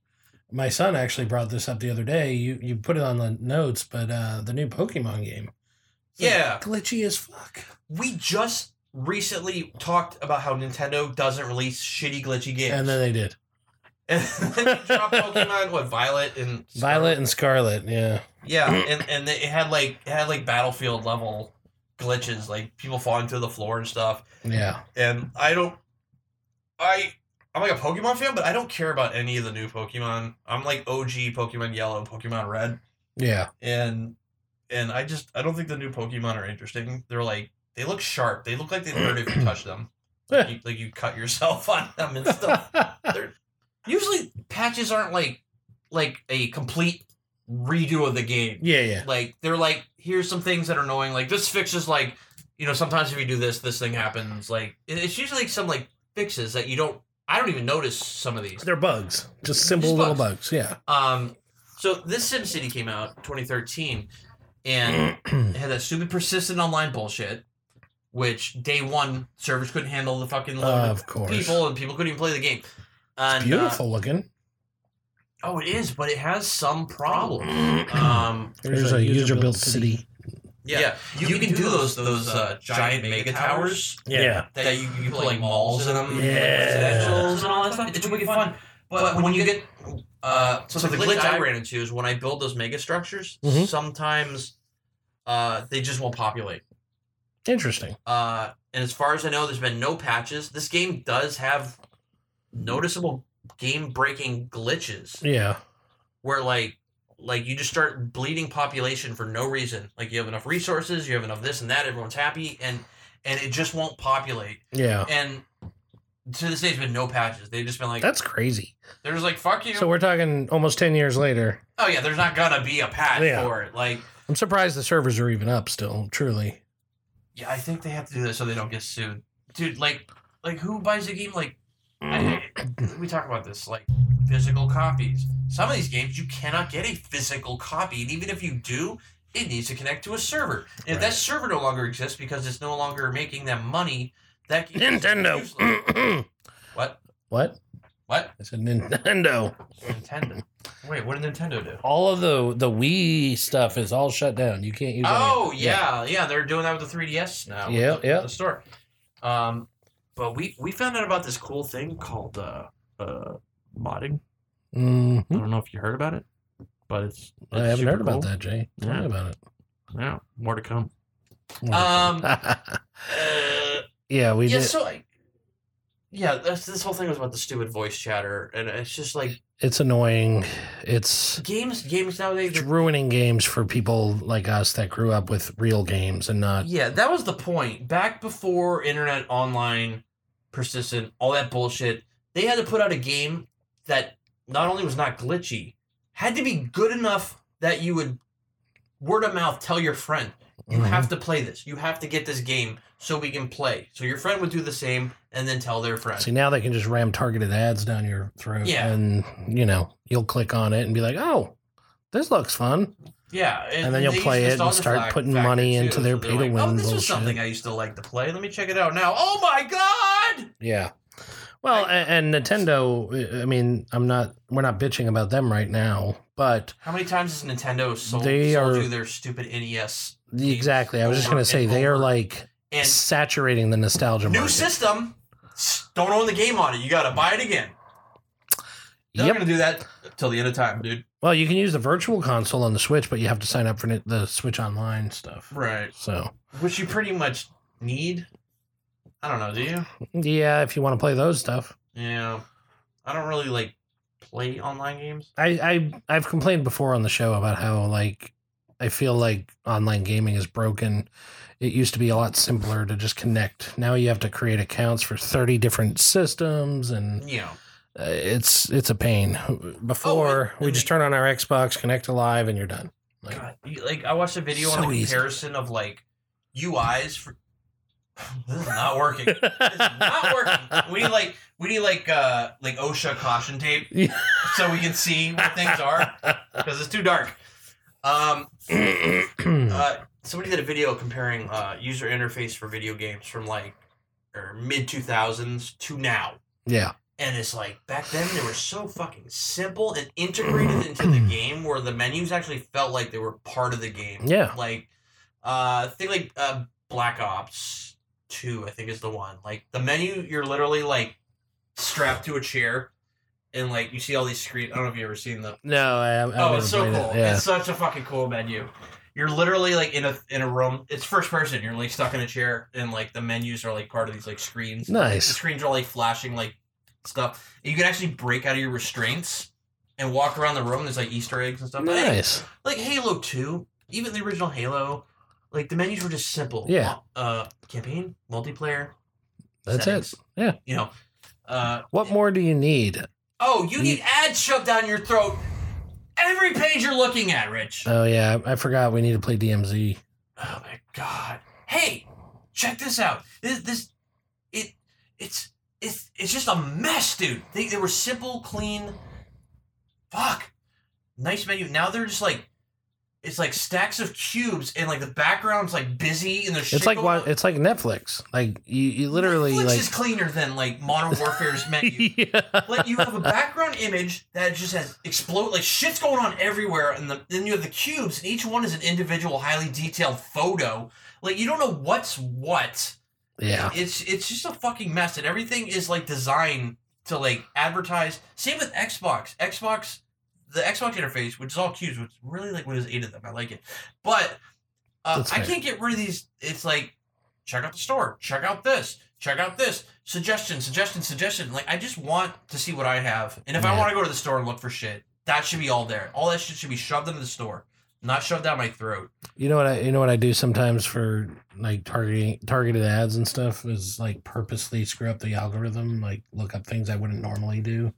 A: my son actually brought this up the other day. You you put it on the notes, but uh, the new Pokemon game. It's like
B: yeah.
A: glitchy as fuck.
B: We just recently talked about how Nintendo doesn't release shitty glitchy games.
A: And then they did
B: And then they dropped Pokemon, what Violet and
A: Violet and Scarlet. Yeah.
B: Yeah, and and it had like it had like Battlefield level glitches, like people falling through the floor and stuff.
A: Yeah.
B: And I don't, I I'm like a Pokemon fan, but I don't care about any of the new Pokemon. I'm like OG Pokemon Yellow, Pokemon Red,
A: Yeah.
B: and and I just I don't think the new Pokemon are interesting. They're like they look sharp. They look like they'd hurt if you touch them.
A: Yeah.
B: Like you, like you cut yourself on them and stuff. Usually patches aren't like like a complete redo of the game.
A: yeah, yeah.
B: Like they're like here's some things that are annoying. Like this fixes like you know sometimes if you do this this thing happens. Like it- it's usually like some like fixes that you don't I don't even notice some of these.
A: They're bugs. Just simple
B: Just
A: little bugs. Yeah.
B: Um so this SimCity came out 2013 and it had that stupid persistent online bullshit, which day one servers couldn't handle the fucking load
A: of
B: of
A: course.
B: people and people couldn't even play the game. And, uh,
A: Beautiful looking.
B: oh, it is, but it has some problems. Um,
A: There's, a, user built city.
B: yeah, You, can, do, those those uh, giant mega towers
A: Yeah.
B: that, you, you can put like malls in them,
A: Yeah.
B: residentials and all that stuff. It's wicked fun. But, when, you get uh, so, the glitch I Mm-hmm. ran into is when I build those mega structures,
A: Mhm.
B: sometimes uh, they just won't populate.
A: Interesting.
B: Uh, and as far as I know, there's been no patches. This game does have noticeable game-breaking glitches
A: Yeah.
B: where like like you just start bleeding population for no reason. Like you have enough resources, you have enough this and that, everyone's happy, and and it just won't populate.
A: Yeah.
B: And to this day, there's been no patches. They've just been like
A: That's crazy.
B: they're just like fuck you.
A: So we're talking almost 10 years later.
B: oh yeah, there's not gonna be a patch
A: Yeah.
B: for it. Like
A: I'm surprised the servers are even up still, truly.
B: yeah, I think they have to do that so they don't get sued. Dude, like like who buys a game like I, I- we talk about this like physical copies. Some of these games you cannot get a physical copy, and even if you do, it needs to connect to a server. And if that server no longer exists because it's no longer making them money, that game is useless.
A: Nintendo.
B: what?
A: what?
B: What?
A: I said Nintendo.
B: Nintendo. Wait, what did Nintendo do?
A: All of the the Wii stuff is all shut down. You can't use any of
B: Oh
A: it.
B: yeah, yeah, they're doing that with the 3DS now. with
A: Yeah,
B: the,
A: yeah.
B: The store. Um, but we we found out about this cool thing called uh, uh, modding.
A: Mhm.
B: I don't know if you heard about it, but it's, it's
A: I haven't
B: super
A: heard about
B: cool.
A: that, Jay. Tell me
B: Yeah.
A: about it.
B: Yeah, more to come. Um,
A: Wonderful.
B: Uh,
A: yeah, we
B: yeah,
A: did.
B: so I, yeah, this, this whole thing was about the stupid voice chatter, and it's just like
A: it's annoying. It's
B: games. Games nowadays.
A: it's
B: are-
A: ruining games for people like us that grew up with real games and not.
B: Yeah, that was the point. Back before internet, online, persistent, all that bullshit, they had to put out a game that not only was not glitchy, had to be good enough that you would word of mouth tell your friend. You
A: Mhm.
B: have to play this. You have to get this game so we can play. So your friend would do the same and then tell their friend.
A: mm-hmm. See now they can just ram targeted ads down your throat,
B: Yeah.
A: and you know you'll click on it and be like, "Oh, this looks fun."
B: Yeah,
A: And then you'll
B: they use
A: play it and
B: nostalgia
A: start
B: fac-
A: putting
B: factor
A: money into their
B: So they're
A: pay-to-win
B: Oh, this
A: bullshit.
B: is something I used to like to play. Let me check it out now. Oh my god!
A: Yeah. Well, a and Nintendo. I mean, I'm not. We're not bitching about them right now, but
B: How many times has Nintendo sold,
A: They
B: sold
A: are-
B: you their stupid E NES?
A: exactly. I was just gonna say they are like
B: And
A: saturating the nostalgia
B: new
A: market.
B: system, s- don't own the game on it. You got to buy it again. They're
A: Yep.
B: gonna do that till the end of time, dude.
A: Well, you can use the virtual console on the Switch, but you have to sign up for ni- the Switch Online stuff.
B: Right.
A: So,
B: Which you pretty much need. I don't know. Do you?
A: yeah, if you want to play those stuff,
B: Yeah. I don't really like play online games.
A: I, I I've complained before on the show about how like I feel like online gaming is broken. It used to be a lot simpler to just connect. Now you have to create accounts for thirty different systems, and
B: You know.
A: uh, it's it's a pain. Before we
B: and
A: just
B: the-
A: turn on our Xbox, connect to live, and you're done. Like,
B: God, you- like I watched a video
A: So
B: on a
A: easy.
B: comparison of like UIs for. this is not working. This is not working. We need like we need like uh like OSHA caution tape
A: Yeah.
B: so we can see what things are because it's too dark. Um, uh, somebody did a video comparing uh user interface for video games from like or mid two thousands to now.
A: yeah,
B: And it's like back then they were so fucking simple and integrated into the game where the menus actually felt like they were part of the game.
A: Yeah.
B: Like uh think like uh Black Ops 2 I think is the one. Like the menu you're literally like strapped to a chair and like you see all these screens. I don't know if you ever seen the
A: no, I, I've
B: Oh,
A: never
B: it's so
A: played it.
B: cool.
A: Yeah.
B: It's such a fucking cool menu. You're literally like in a in a room. It's first person. You're like stuck in a chair, and like the menus are like part of these like screens. The
A: Nice.
B: screens are like flashing like stuff. You can actually break out of your restraints and walk around the room. There's like Easter eggs and stuff. Like,
A: Nice.
B: Like Halo Two, even the original Halo, like the menus were just simple.
A: Yeah.
B: Uh, campaign, multiplayer.
A: That's it. Yeah.
B: You know. Uh,
A: What more do you need?
B: oh, you need ads shoved down your throat every page you're looking at, Rich.
A: Oh yeah, I I forgot we need to play DMZ.
B: Oh my god. Hey, check this out. This this it it's it's it's just a mess, dude. They they were simple, clean. Fuck. Nice menu. Now they're just like it's like stacks of cubes and like the background's like busy and there's shit
A: It's like
B: going
A: wa-
B: on.
A: it's like Netflix. Like you, you literally
B: Netflix
A: like
B: is cleaner than like Modern Warfare's menu.
A: Yeah.
B: like you have a background image that just has explode like shit's going on everywhere and the, then you have the cubes and each one is an individual highly detailed photo like you don't know what's what
A: yeah.
B: it's it's just a fucking mess and everything is like designed to like advertise same with xbox xbox the xbox interface which is all cubes which really like when there's eight of them i like it but uh,
A: That's
B: i
A: fair.
B: can't get rid of these it's like check out the store check out this check out this suggestion suggestion suggestion like i just want to see what i have and if i
A: Yeah.
B: want to go to the store and look for shit that should be all there all that shit should be shoved into the store not shoved down my throat
A: You know what I you know what I do sometimes for like targeting targeted ads and stuff is like purposely screw up the algorithm, like look up things I wouldn't normally do.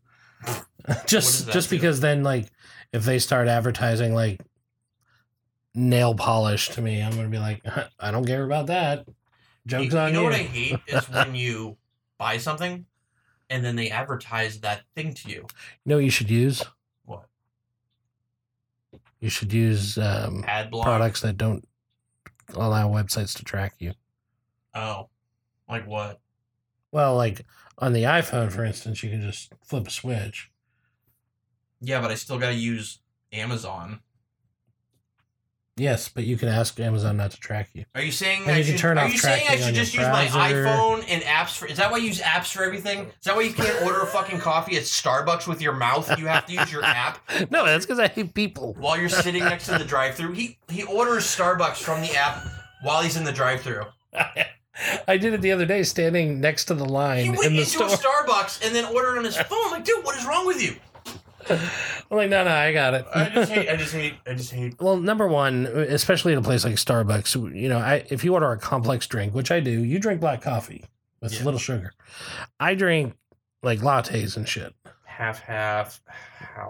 B: does
A: just
B: that
A: just
B: do?
A: because then like if they start advertising like nail polish to me, I'm gonna be like, I don't care about that.
B: You-
A: Joke's
B: you,
A: on you.
B: know what I hate is when you buy something and then they advertise that thing to you.
A: You know what you should use?
B: What?
A: You should use um,
B: Ad block.
A: products that don't allow websites to track you.
B: Oh, like what?
A: Well, like on the iPhone, for instance, you can just flip a switch.
B: Yeah, but I still got to use Amazon.
A: Yes, but you can ask Amazon not to track you.
B: Are you saying
A: And
B: I
A: you can
B: should,
A: turn
B: are
A: off
B: you saying I
A: tracking
B: should
A: on your
B: just use my
A: browser.
B: iPhone and apps for? Is that why you use apps for everything? Is that why you can't order a fucking coffee at Starbucks with your mouth? You have to use your app
A: No, that's because I hate people.
B: while you're sitting next to the drive-through. He he orders Starbucks from the app while he's in the drive-through.
A: I did it the other day, standing next to the
B: He
A: line
B: went
A: in the
B: into
A: store.
B: a Starbucks and then ordered on his phone. I'm like, dude, what is wrong with you?
A: I'm like, no, no, I got it.
B: I just hate. I just hate. I just hate.
A: Well, number one, especially at a place like Starbucks, you know, I if you order a complex drink, which I do, you drink black coffee with
B: Yeah.
A: little sugar. I drink like lattes and shit.
D: Half half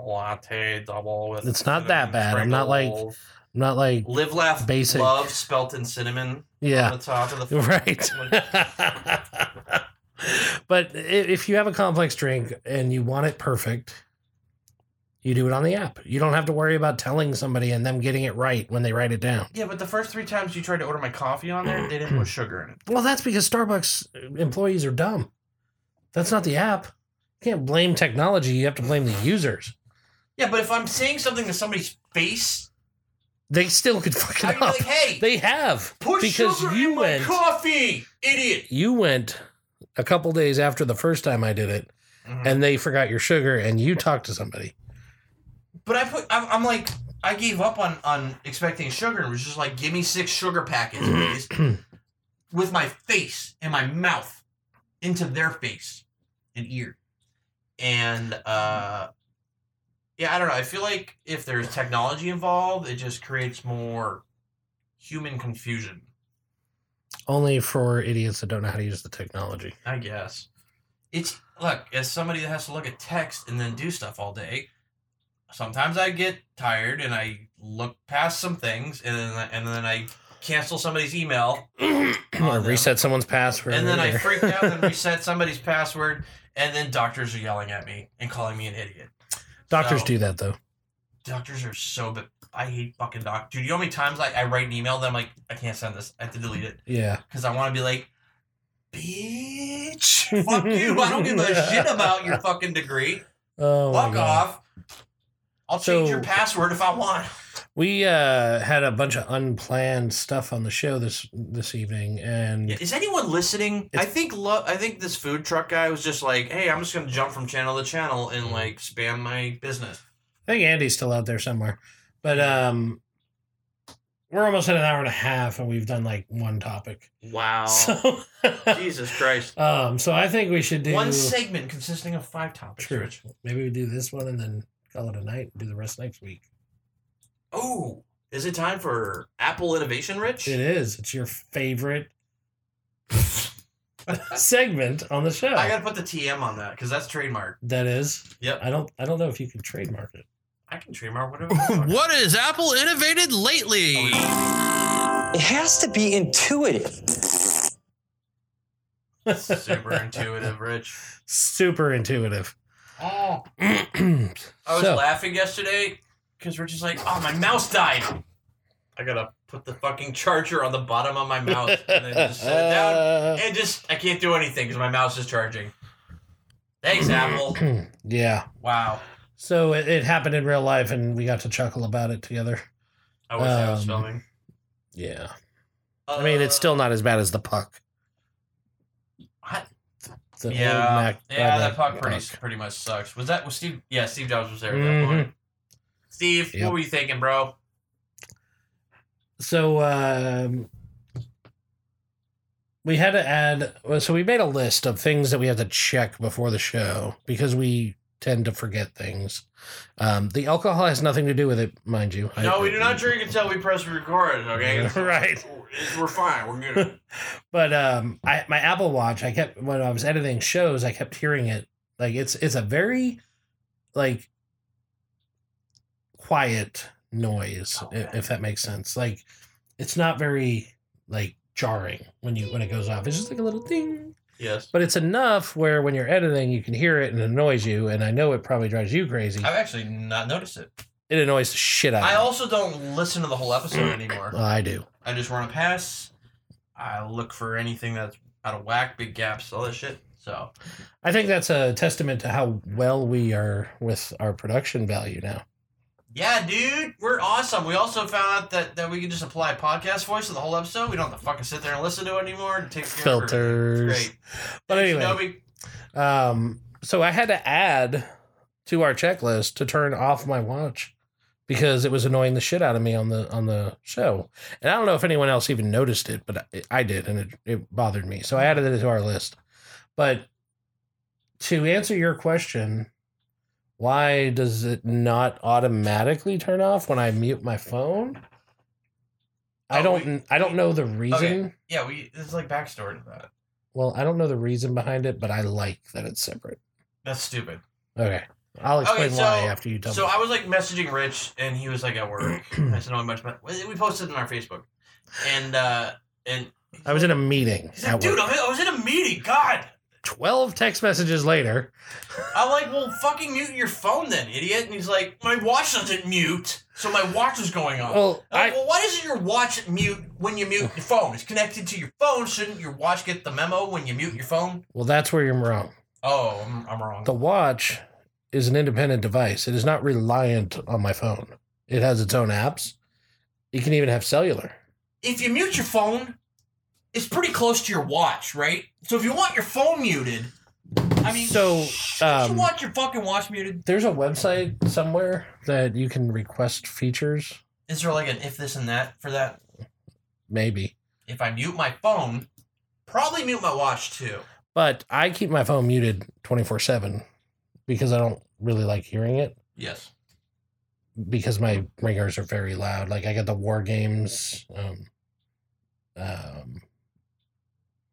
D: latte double with.
A: It's not that bad. I'm not like-
D: sprinkles.
A: I'm not like,
B: Live, laugh,
A: Basic.
B: love, spelt in cinnamon
A: yeah,
B: on the top of the.
A: right. but i- if you have a complex drink and you want it perfect, you do it on the app. You don't have to worry about telling somebody and them getting it right when they write it down.
B: Yeah, but the first three times you tried to order my coffee on there, they didn't put sugar in it.
A: Well, that's because Starbucks employees are dumb. That's not the app. You can't blame technology. You have to blame the users.
B: Yeah, but if I'm saying something to somebody's face,
A: They still could fuck
B: I'd
A: it
B: be
A: up.
B: like, "Hey,
A: They have
B: put
A: because
B: sugar
A: you
B: in
A: went-
B: my coffee, idiot."
A: you went a couple days after the first time I did it,
B: Mm-hmm.
A: and they forgot your sugar, and you talked to somebody.
B: But I put. I'm, I'm like, I gave up on on expecting sugar and was just like, "Give me six sugar packets, please," with my face and my mouth into their face and ear. And uh, yeah, I don't know. I feel like if there's technology involved, it just creates more human confusion.
A: Only for idiots that don't know how to use the technology.
B: I guess. It's look, as somebody that has to look at text and then do stuff all day, sometimes I get tired and I look past some things and then I, and then I cancel somebody's email
A: or
B: them.
A: reset someone's password.
B: and then I
A: or-
B: freak out and reset somebody's password and then doctors are yelling at me and calling me an idiot.
A: Doctors
B: So-
A: do that though.
B: Doctors are so bad. I hate fucking doc. Dude, you know how many times I, I write an email that I'm like, I can't send this. I have to delete it
A: Yeah.
B: because I want to be like, bitch, fuck you. I don't give a shit about your fucking degree.
A: Oh my
B: Fuck
A: God.
B: off. I'll
A: So-
B: change your password if I want.
A: We uh, had a bunch of unplanned stuff on the show this this evening, and
B: Is anyone listening? I
A: It's-
B: think lo- I think this food truck guy was just like, "Hey, I'm just gonna jump from channel to channel and like spam my business."
A: I think Andy's still out there somewhere. But um, we're almost at an hour and a half, and we've done like one topic.
B: Oh.
E: Wow.
A: So,
E: Jesus Christ.
A: um, so I think we should do
D: One segment consisting of five topics.
A: True. Maybe we do this one and then call it a night. Do the rest next week.
D: Oh,
B: Is it time for Apple Innovation Rich?
A: It is. It's your favorite segment on the show.
B: I gotta put the TM on that because that's trademark.
A: that is.
B: Yep.
A: I don't. I don't know if you can trademark it.
B: I can trademark whatever. I want.
D: what is Apple innovated lately?
F: It has to be intuitive.
B: Super intuitive, Rich.
A: Super intuitive.
B: Oh, I was
A: so,
B: laughing yesterday because Rich is like, "Oh, my mouse died." I gotta put the fucking charger on the bottom of my mouse and then just set it down. And just I can't do anything because my mouse is charging. Thanks, Apple.
A: yeah.
B: Wow.
A: So it, it happened in real life, and we got to chuckle about it together.
B: I wish I was
A: Um,
B: filming.
A: Yeah. I mean, it's still not as bad as the puck.
B: Uh, What?
A: The
B: Yeah.
A: old Mac- uh,
B: yeah,
A: Mad Mac
B: that puck pretty pretty much sucks. Was that was Steve? Yeah, Steve Jobs was there at
A: Mhm.
B: that point. Steve,
A: Yep.
B: what were you thinking, bro?
A: So um, we had to add. well, So we made a list of things that we had to check before the show because we tend to forget things. Um, the alcohol has nothing to do with it, mind you. I-
B: No, we do not drink until we press record. Okay,
A: Right.
B: We're fine. We're good.
A: But um, I my Apple Watch, I kept when I was editing shows, I kept hearing it. Like it's it's a very like quiet noise, i- if, that makes sense. Like it's not very like jarring when you when it goes off. It's just like a little ding.
B: yes.
A: But it's enough where when you're editing, you can hear it and it annoys you. And I know it probably drives you crazy.
D: I've actually not noticed it.
A: It annoys the shit out
B: I
A: of
B: also don't listen to the whole episode
A: me.
B: anymore.
A: Well, I do.
B: I just run a pass. I look for anything that's out of whack, big gaps, all that shit. So
A: I think that's a testament to how well we are with our production value now.
B: yeah, dude, we're awesome. We also found out that, that we can just apply podcast voice to the whole episode. We don't have to fucking sit there and listen to it anymore. It takes care of everything.
A: Filters.
B: It's great.
A: But
B: Thanks,
A: anyway,
B: Adobe.
A: Um, so I had to add to our checklist to turn off my watch because it was annoying the shit out of me on the on the show. And I don't know if anyone else even noticed it, but I, I did, and it, it bothered me. So I added it to our list. But to answer your question, why does it not automatically turn off when I mute my phone? I
B: Oh,
A: don't.
B: we-
A: I don't know the reason.
B: yeah, we. There's like backstory to that.
A: Well, I don't know the reason behind it, but I like that it's separate.
B: That's stupid.
A: Okay. I'll explain
B: so-
A: why after you tell
B: So
A: me.
B: I was like messaging Rich, and he was like at work. I said, "Oh, "No, much." But we posted it on our Facebook, and uh and
A: I was in a meeting.
B: he's
A: At
B: like, "Dude,
A: work.
B: I'm in- I was in a meeting. God."
A: 12 text messages later.
B: I'm like, well, fucking mute your phone then, idiot. And he's like, my watch doesn't mute, so my watch is going off.
A: Well,
B: I'm like,
A: I,
B: Oh, well, why doesn't your watch mute when you mute your phone? It's connected to your phone. Shouldn't your watch get the memo when you mute your phone?
A: well, that's where you're wrong.
B: Oh, I'm, I'm wrong.
A: The watch is an independent device, it is not reliant on my phone. It has its own apps. You can even have cellular.
B: if you mute your phone, it's pretty close to your watch, right? So if you want your phone muted, I mean,
A: So, um,
B: don't you want your fucking watch muted?
A: There's a website somewhere that you can request features,
B: Is there like an if this and that for that?
A: maybe.
B: If I mute my phone, probably mute my watch too.
A: But I keep my phone muted 24 7 because I don't really like hearing it.
B: Yes.
A: because my ringers are very loud. Like I got the War Games um, um,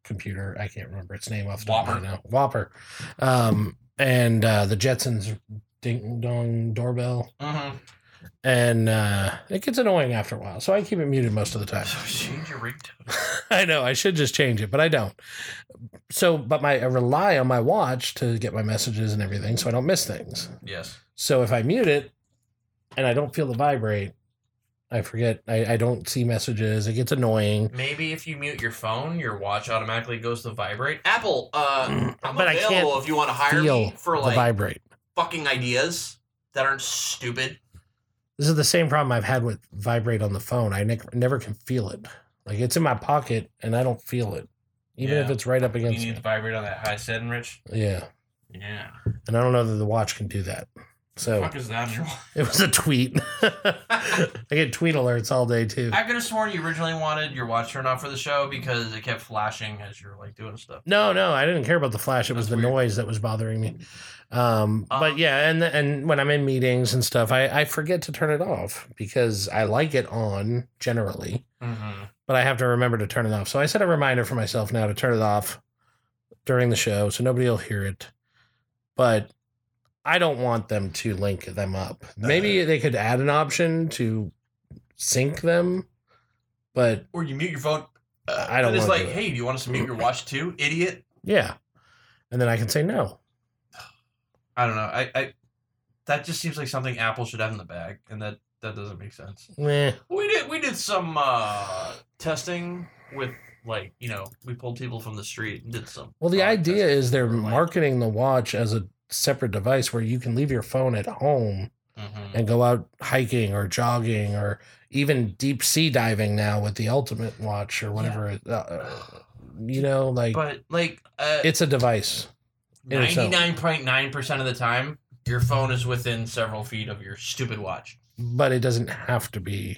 A: computer. I can't remember its name off the top of my head now. Whopper, um, and uh, the Jetsons ding dong doorbell,
B: Mm-hmm.
A: and uh, it gets annoying after a while. So I keep it muted most of the time.
B: change your ringtone.
A: I know I should just change it, but I don't. So, but my I rely on my watch to get my messages and everything, so I don't miss things.
B: Yes.
A: So if I mute it and I don't feel the vibrate, I forget. I, I don't see messages. It gets annoying.
B: Maybe if you mute your phone, your watch automatically goes to vibrate. Apple, uh, I'm
A: But I
B: available
A: can't
B: if you want to hire
A: Feel
B: me for
A: the
B: like
A: vibrate.
B: fucking ideas that aren't stupid.
A: This is the same problem I've had with vibrate on the phone. I ne- never can feel it. Like it's in my pocket and I don't feel it, even if
B: Yeah.
A: it's right up
B: You
A: against
B: need
A: me.
B: to vibrate on that high setting, Rich.
A: Yeah,
B: Yeah.
A: and I don't know that the watch can do that. So
B: fuck is that?
A: it was a tweet. I get tweet alerts all day too.
B: I could have sworn you originally wanted your watch turned off for the show because it kept flashing as you were like doing stuff.
A: No, no, I didn't care about the flash. It was the noise that was bothering me. Um, but yeah, and and when I'm in meetings and stuff, I, I forget to turn it off because I like it on generally,
B: Mm-hmm.
A: but I have to remember to turn it off. So I set a reminder for myself now to turn it off during the show so nobody will hear it. But I don't want them to link them up. Maybe they could add an option to sync them, but
B: Or you mute your phone. Uh,
A: I don't
B: And it's
A: wanna
B: like,
A: do it.
B: hey, do you want us to mute your watch too, idiot?
A: yeah. And then I can say no.
B: I don't know. I, I that just seems like something Apple should have in the bag, and that that doesn't make sense.
A: Meh.
B: We did we did some uh testing with like you know we pulled people from the street and did some.
A: Well, the
B: product
A: idea
B: testing
A: is they're
B: for, like-
A: marketing the watch as a separate device where you can leave your phone at home
B: Mhm.
A: and go out hiking or jogging or even deep sea diving now with the Ultimate Watch or whatever. it- uh, uh, you know, like
B: But like uh,
A: it's a device. in itself.
B: 99.9% of the time, your phone is within several feet of your stupid watch.
A: but it doesn't have to be.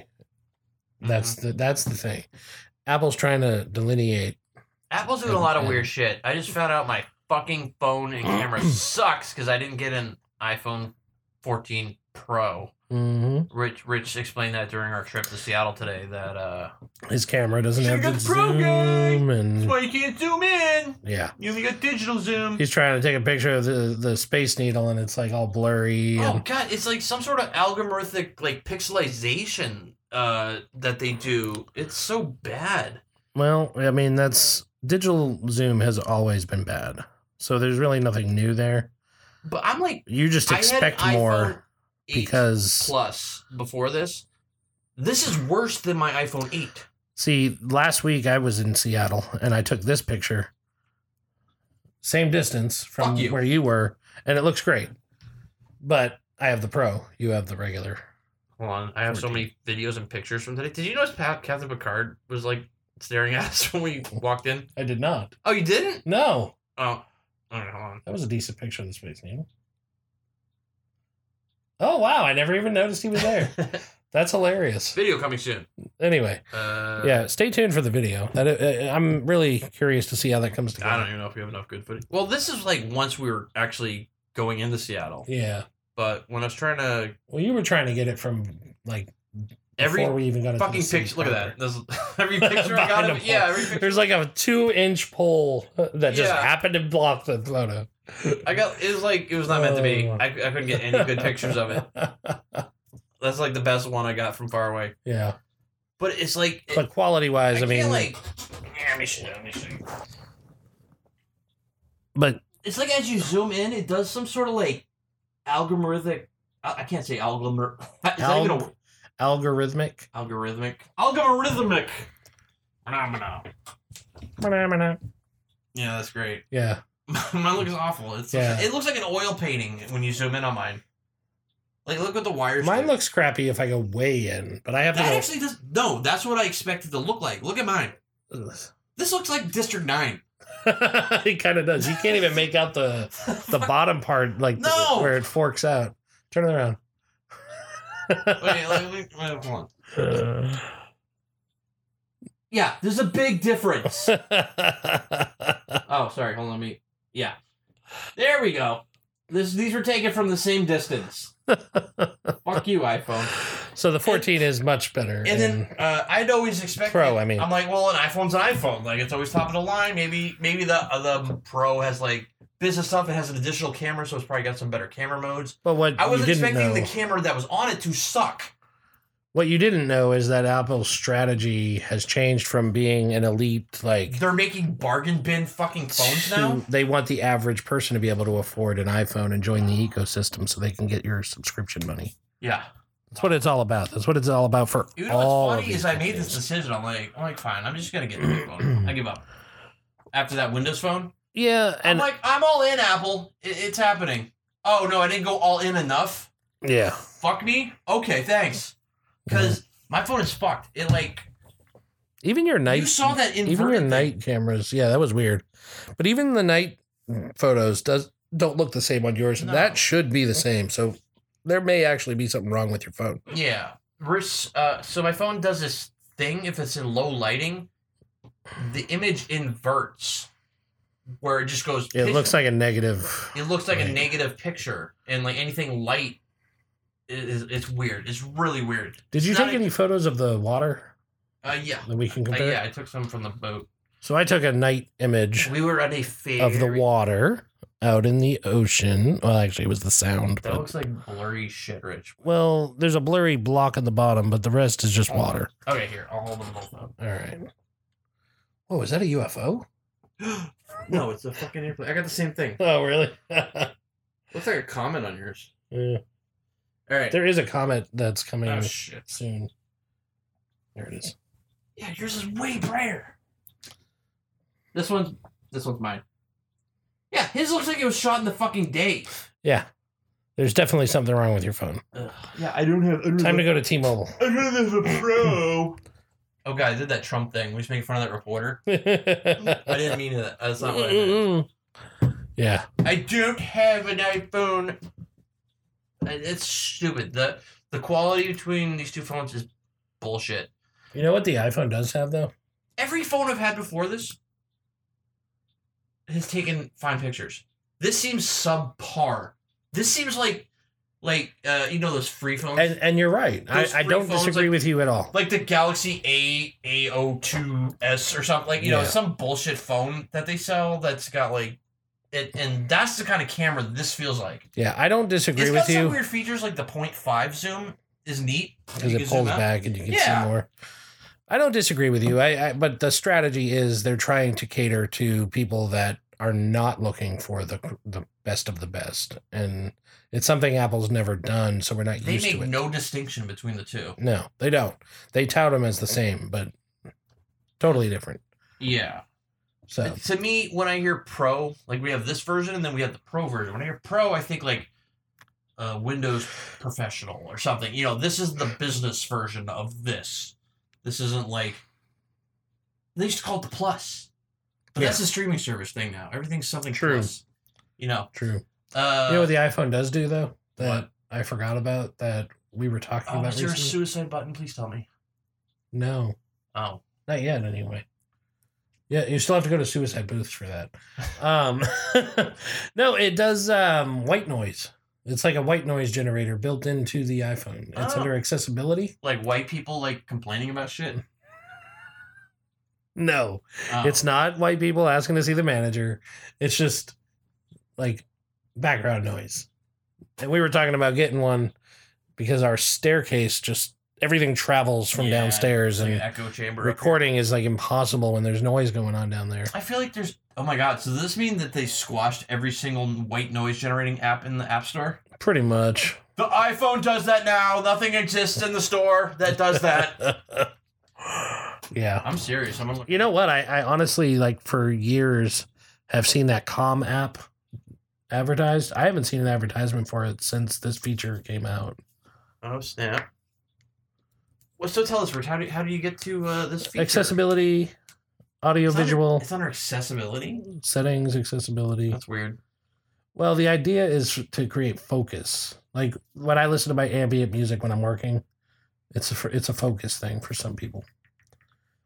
B: Mm-hmm.
A: That's the that's the thing. Apple's trying to delineate.
B: Apple's doing a lot of weird shit. I just found out my fucking phone and camera sucks because I didn't get an iPhone 14 Pro.
A: Mhm.
B: Rich Rich explained that during our trip to Seattle today that uh
A: His camera doesn't
B: Should've
A: have
B: got
A: the
B: the Pro guy.
A: zoom
B: That's
A: and
B: why you can't zoom in.
A: yeah.
B: You only got digital zoom.
A: He's trying to take a picture of the, the space needle and it's like all blurry and
B: Oh god, it's like some sort of algorithmic like pixelization uh that they do. It's so bad.
A: Well, I mean, that's digital Zoom has always been bad. So there's really nothing new there.
B: But I'm like
A: You just expect more
B: iPhone 8
A: because,
B: plus before this. This is worse than my iPhone 8.
A: see, last week I was in Seattle and I took this picture, same distance from
B: Fuck you.
A: where you were, and it looks great. But I have the pro, you have the regular.
B: Hold on, I have so
A: 14.
B: many videos and pictures from today. Did you notice Pat Catherine Picard was like staring at us when we walked in?
A: I did not.
B: Oh, you didn't?
A: No,
B: Oh, all right, hold on.
A: that was a decent picture of the Space Needle. Oh, wow. I never even noticed he was there. That's hilarious.
B: Video coming soon.
A: Anyway.
B: Uh,
A: yeah stay tuned for the video that uh, i'm really curious to see how that comes together
B: I don't even know if we have enough good footage. Well, this is like once we were actually going into Seattle,
A: yeah
B: but when I was trying to
A: well you were trying to get it from like
B: every
A: before we even got into
B: fucking
A: the city
B: picture. Look at that.
A: proper.
B: This, every picture I got
A: Behind
B: of
A: a
B: it. Yeah,
A: pole.
B: every picture.
A: there's like a two inch pole that just
B: Yeah.
A: happened to block the photo
B: I got it was like it was not meant to be.
A: Oh.
B: I, I couldn't get any good pictures of it. That's like the best one I got from far away.
A: yeah
B: But it's like it,
A: but quality
B: I,
A: wise i, mean
B: can't like. Yeah, let me see, let me see.
A: but
B: It's like as you zoom in, it does some sort of like algorithmic. I, I can't say algorithmic. Is that even a
A: alg- algorithmic
B: Algorithmic. Algorithmic. Phenomena. Yeah, that's great.
A: yeah
B: mine looks awful. It's
A: Yeah.
B: it looks like an oil painting when you zoom in on mine. Like look at the wires.
A: mine
B: do.
A: looks crappy if i go way in but i have to
B: that
A: go
B: actually does no, that's what I expected to look like. Look at mine. This looks like District Nine.
A: it kind of does you can't even make out the the bottom part, like the-
B: No!
A: where it forks out. Turn it around.
B: Wait, wait, wait, wait, hold on. Uh. Yeah, there's a big difference. oh, sorry, hold on let me. Yeah. There we go. This these were taken from the same distance. Fuck you, iPhone.
A: so the 14 is much better.
B: And then uh, I'd always expect
A: Pro, I mean.
B: I'm like, well, an iPhone's an iPhone. Like it's always top of the line. Maybe maybe the uh, the Pro has like business stuff. It has an additional camera, so it's probably got some better camera modes.
A: but what
B: I
A: you
B: was
A: didn't
B: expecting
A: know,
B: the camera that was on it to suck.
A: what you didn't know is that Apple's strategy has changed from being an elite like
B: They're making bargain bin fucking phones
A: to-
B: now.
A: They want the average person to be able to afford an iPhone and join the ecosystem so they can get your subscription money.
B: Yeah.
A: That's what it's all about. That's what it's all about for
B: You know
A: all. of
B: what's funny
A: these
B: is I made this
A: companies.
B: decision. I'm like, I'm like, fine. I'm just gonna get an iPhone. I give up. After that Windows phone,
A: Yeah,
B: I'm
A: and
B: like, I'm all in Apple. It, it's happening. Oh no, I didn't go all in enough.
A: yeah.
B: Fuck me. Okay, thanks. Because
A: Mm-hmm.
B: my phone is fucked. It like
A: Even your night
B: you saw that inverted
A: even your
B: thing.
A: night cameras, yeah, that was weird. But even the night photos does don't look the same on yours.
B: No.
A: That should be the same. So there may actually be something wrong with your phone.
B: Yeah. Res- uh, so my phone does this thing if it's in low lighting, the image inverts where it just goes.
A: It
B: pitch-
A: looks like a negative.
B: It looks like a
A: Right.
B: negative picture, and like anything light, i- is it's weird. It's really weird.
A: Did you
B: It's not
A: take
B: a-
A: any photos of the water
B: Uh, yeah.
A: that we can
B: Uh,
A: compare?
B: yeah, I took some from the boat.
A: So I took a night image
B: We were at a fair.
A: of the water out in the ocean. Well, actually, it was the sound.
B: That
A: But,
B: looks like blurry shit, Rich.
A: well, there's a blurry block on the bottom, but the rest is just
B: Oh.
A: water.
B: Okay, here I'll hold them both up.
A: All right. Oh, is that a UFO?
B: No, it's a fucking airplane. I got the same thing.
A: Oh, really?
B: Looks like a comment on yours.
A: Yeah.
B: All right.
A: There is a comet that's coming
B: Oh shit.
A: soon. There it is.
B: Yeah, yours is way brighter. This one's this one's mine. Yeah, his looks like it was shot in the fucking day.
A: Yeah. There's definitely something wrong with your phone.
B: Yeah, I don't have. I don't
A: Time to go to T Mobile.
B: a pro. oh god, I did that Trump thing. We just making fun of that reporter. I didn't mean that. That's not what I meant.
A: yeah.
B: I don't have an iPhone. I- It's stupid. the The quality between these two phones is bullshit.
A: You know what the iPhone does have, though?
B: every phone I've had before this has taken fine pictures. This seems subpar. This seems like, like uh, you know those free phones,
A: And, and you're right.
B: Those
A: I, I
B: free
A: don't
B: phones,
A: disagree
B: like-
A: with you at all.
B: like the Galaxy A A O two S or something. Like you know
A: Yeah.
B: some bullshit phone that they sell that's got like, it, and that's the kind of camera this feels like.
A: Yeah, I don't disagree
B: it's got
A: with
B: some
A: you
B: weird features like the .5 zoom is neat
A: because
B: You
A: it
B: can zoom
A: pulls
B: out.
A: back and you can
B: Yeah.
A: see more. I don't disagree with you. I, I but the strategy is they're trying to cater to people that are not looking for the the best of the best, and it's something Apple's never done, so we're not
B: They
A: used
B: make
A: to it.
B: no distinction between the two.
A: no, they don't. They tout them as the same, but totally different.
B: Yeah.
A: So
B: to me, when I hear pro, like we have this version and then we have the pro version. When I hear pro, I think like uh, Windows Professional or something. You know, this is the business version of this. This isn't like they used to call it the plus, but that's a streaming service thing now. Everything's something
A: True.
B: plus. You know,
A: true.
B: uh,
A: you know what the iPhone does do though that I forgot about that we were talking
B: oh,
A: about
B: is there a
A: recently.
B: suicide button? Please tell me.
A: no,
B: Oh,
A: Not yet, anyway. Yeah, you still have to go to suicide booths for that. Um, no, it does um, white noise. It's like a white noise generator built into the iPhone. It's
B: Oh.
A: under accessibility.
B: like white people like complaining about shit.
A: No,
B: Oh.
A: it's not white people asking to see the manager. It's just like background noise. And we were talking about getting one because our staircase just everything travels from
B: Yeah,
A: downstairs,
B: it's like
A: and
B: an echo chamber. up here.
A: uh, recording is like impossible when there's noise going on down there.
B: I feel like there's. Oh my god! So does this mean that they squashed every single white noise generating app in the App Store?
A: Pretty much.
B: The iPhone does that now. Nothing exists in the store that does that.
A: yeah.
B: I'm serious. I'm gonna look.
A: You know what? I, I honestly like for years have seen that Calm app advertised. I haven't seen an advertisement for it since this feature came out.
G: Oh snap!
B: Well, so tell us, Rich. How do how do you get to uh, this feature?
A: Accessibility, audio
B: It's under-
A: visual
B: It's under accessibility.
A: settings, accessibility.
B: That's weird.
A: Well, the idea is to create focus. Like when I listen to my ambient music when I'm working, it's a it's a focus thing for some people.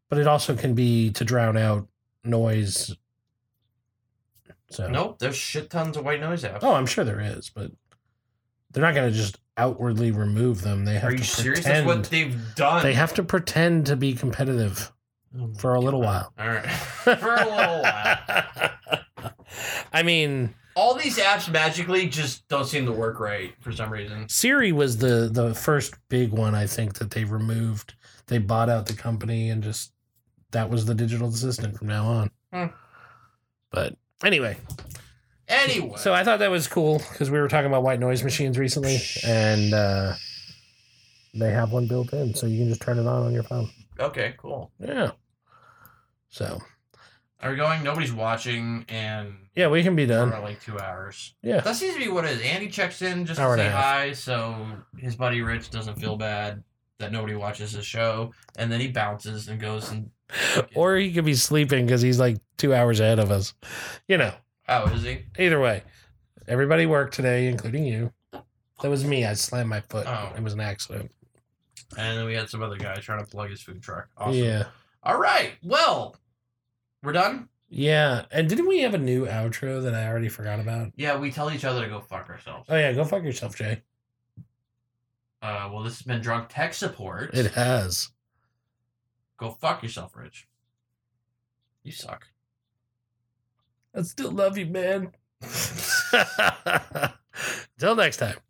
A: But it also can be to drown out noise. So
B: Nope. There's shit tons of white noise apps.
A: Oh, I'm sure there is, but they're not going to just outwardly remove them. They have
B: Are you
A: to
B: serious?
A: pretend.
B: That's what they've done.
A: they have to pretend to be competitive
B: Oh my-
A: for a little while.
B: All right. For a little while.
A: I mean,
B: All these apps magically just don't seem to work right for some reason.
A: Siri was the the first big one I think that they removed. They bought out the company and just that was the digital assistant from now on.
B: Hmm.
A: But anyway,
B: Anyway.
A: so I thought that was cool because we were talking about white noise machines recently, and uh, they have one built in, so you can just turn it on on your phone.
B: okay. Cool.
A: Yeah. So
B: Are we going? Nobody's watching, and
A: yeah, we can be
B: for
A: done.
B: like two hours.
A: Yeah.
B: That seems to be what it is. Andy checks in just
A: Hour
B: to
A: and a
B: say
A: half.
B: hi, so his buddy Rich doesn't feel bad that nobody watches his show, and then he bounces and goes and
A: Or he could be sleeping because he's like two hours ahead of us. You know.
B: oh, is he?
A: Either way, everybody worked today, including you. That was me. I slammed my foot.
B: Oh.
A: It was an accident.
B: And then we had some other guy trying to plug his food truck. Awesome.
A: Yeah.
B: All right. Well, we're done.
A: Yeah. And didn't we have a new outro that I already forgot about?
B: Yeah, we tell each other to go fuck ourselves.
A: Oh yeah, go fuck yourself, Jay.
B: Uh, well, this has been drunk tech support.
A: It has.
B: Go fuck yourself, Rich. You suck.
A: I still love you, man. Till next time.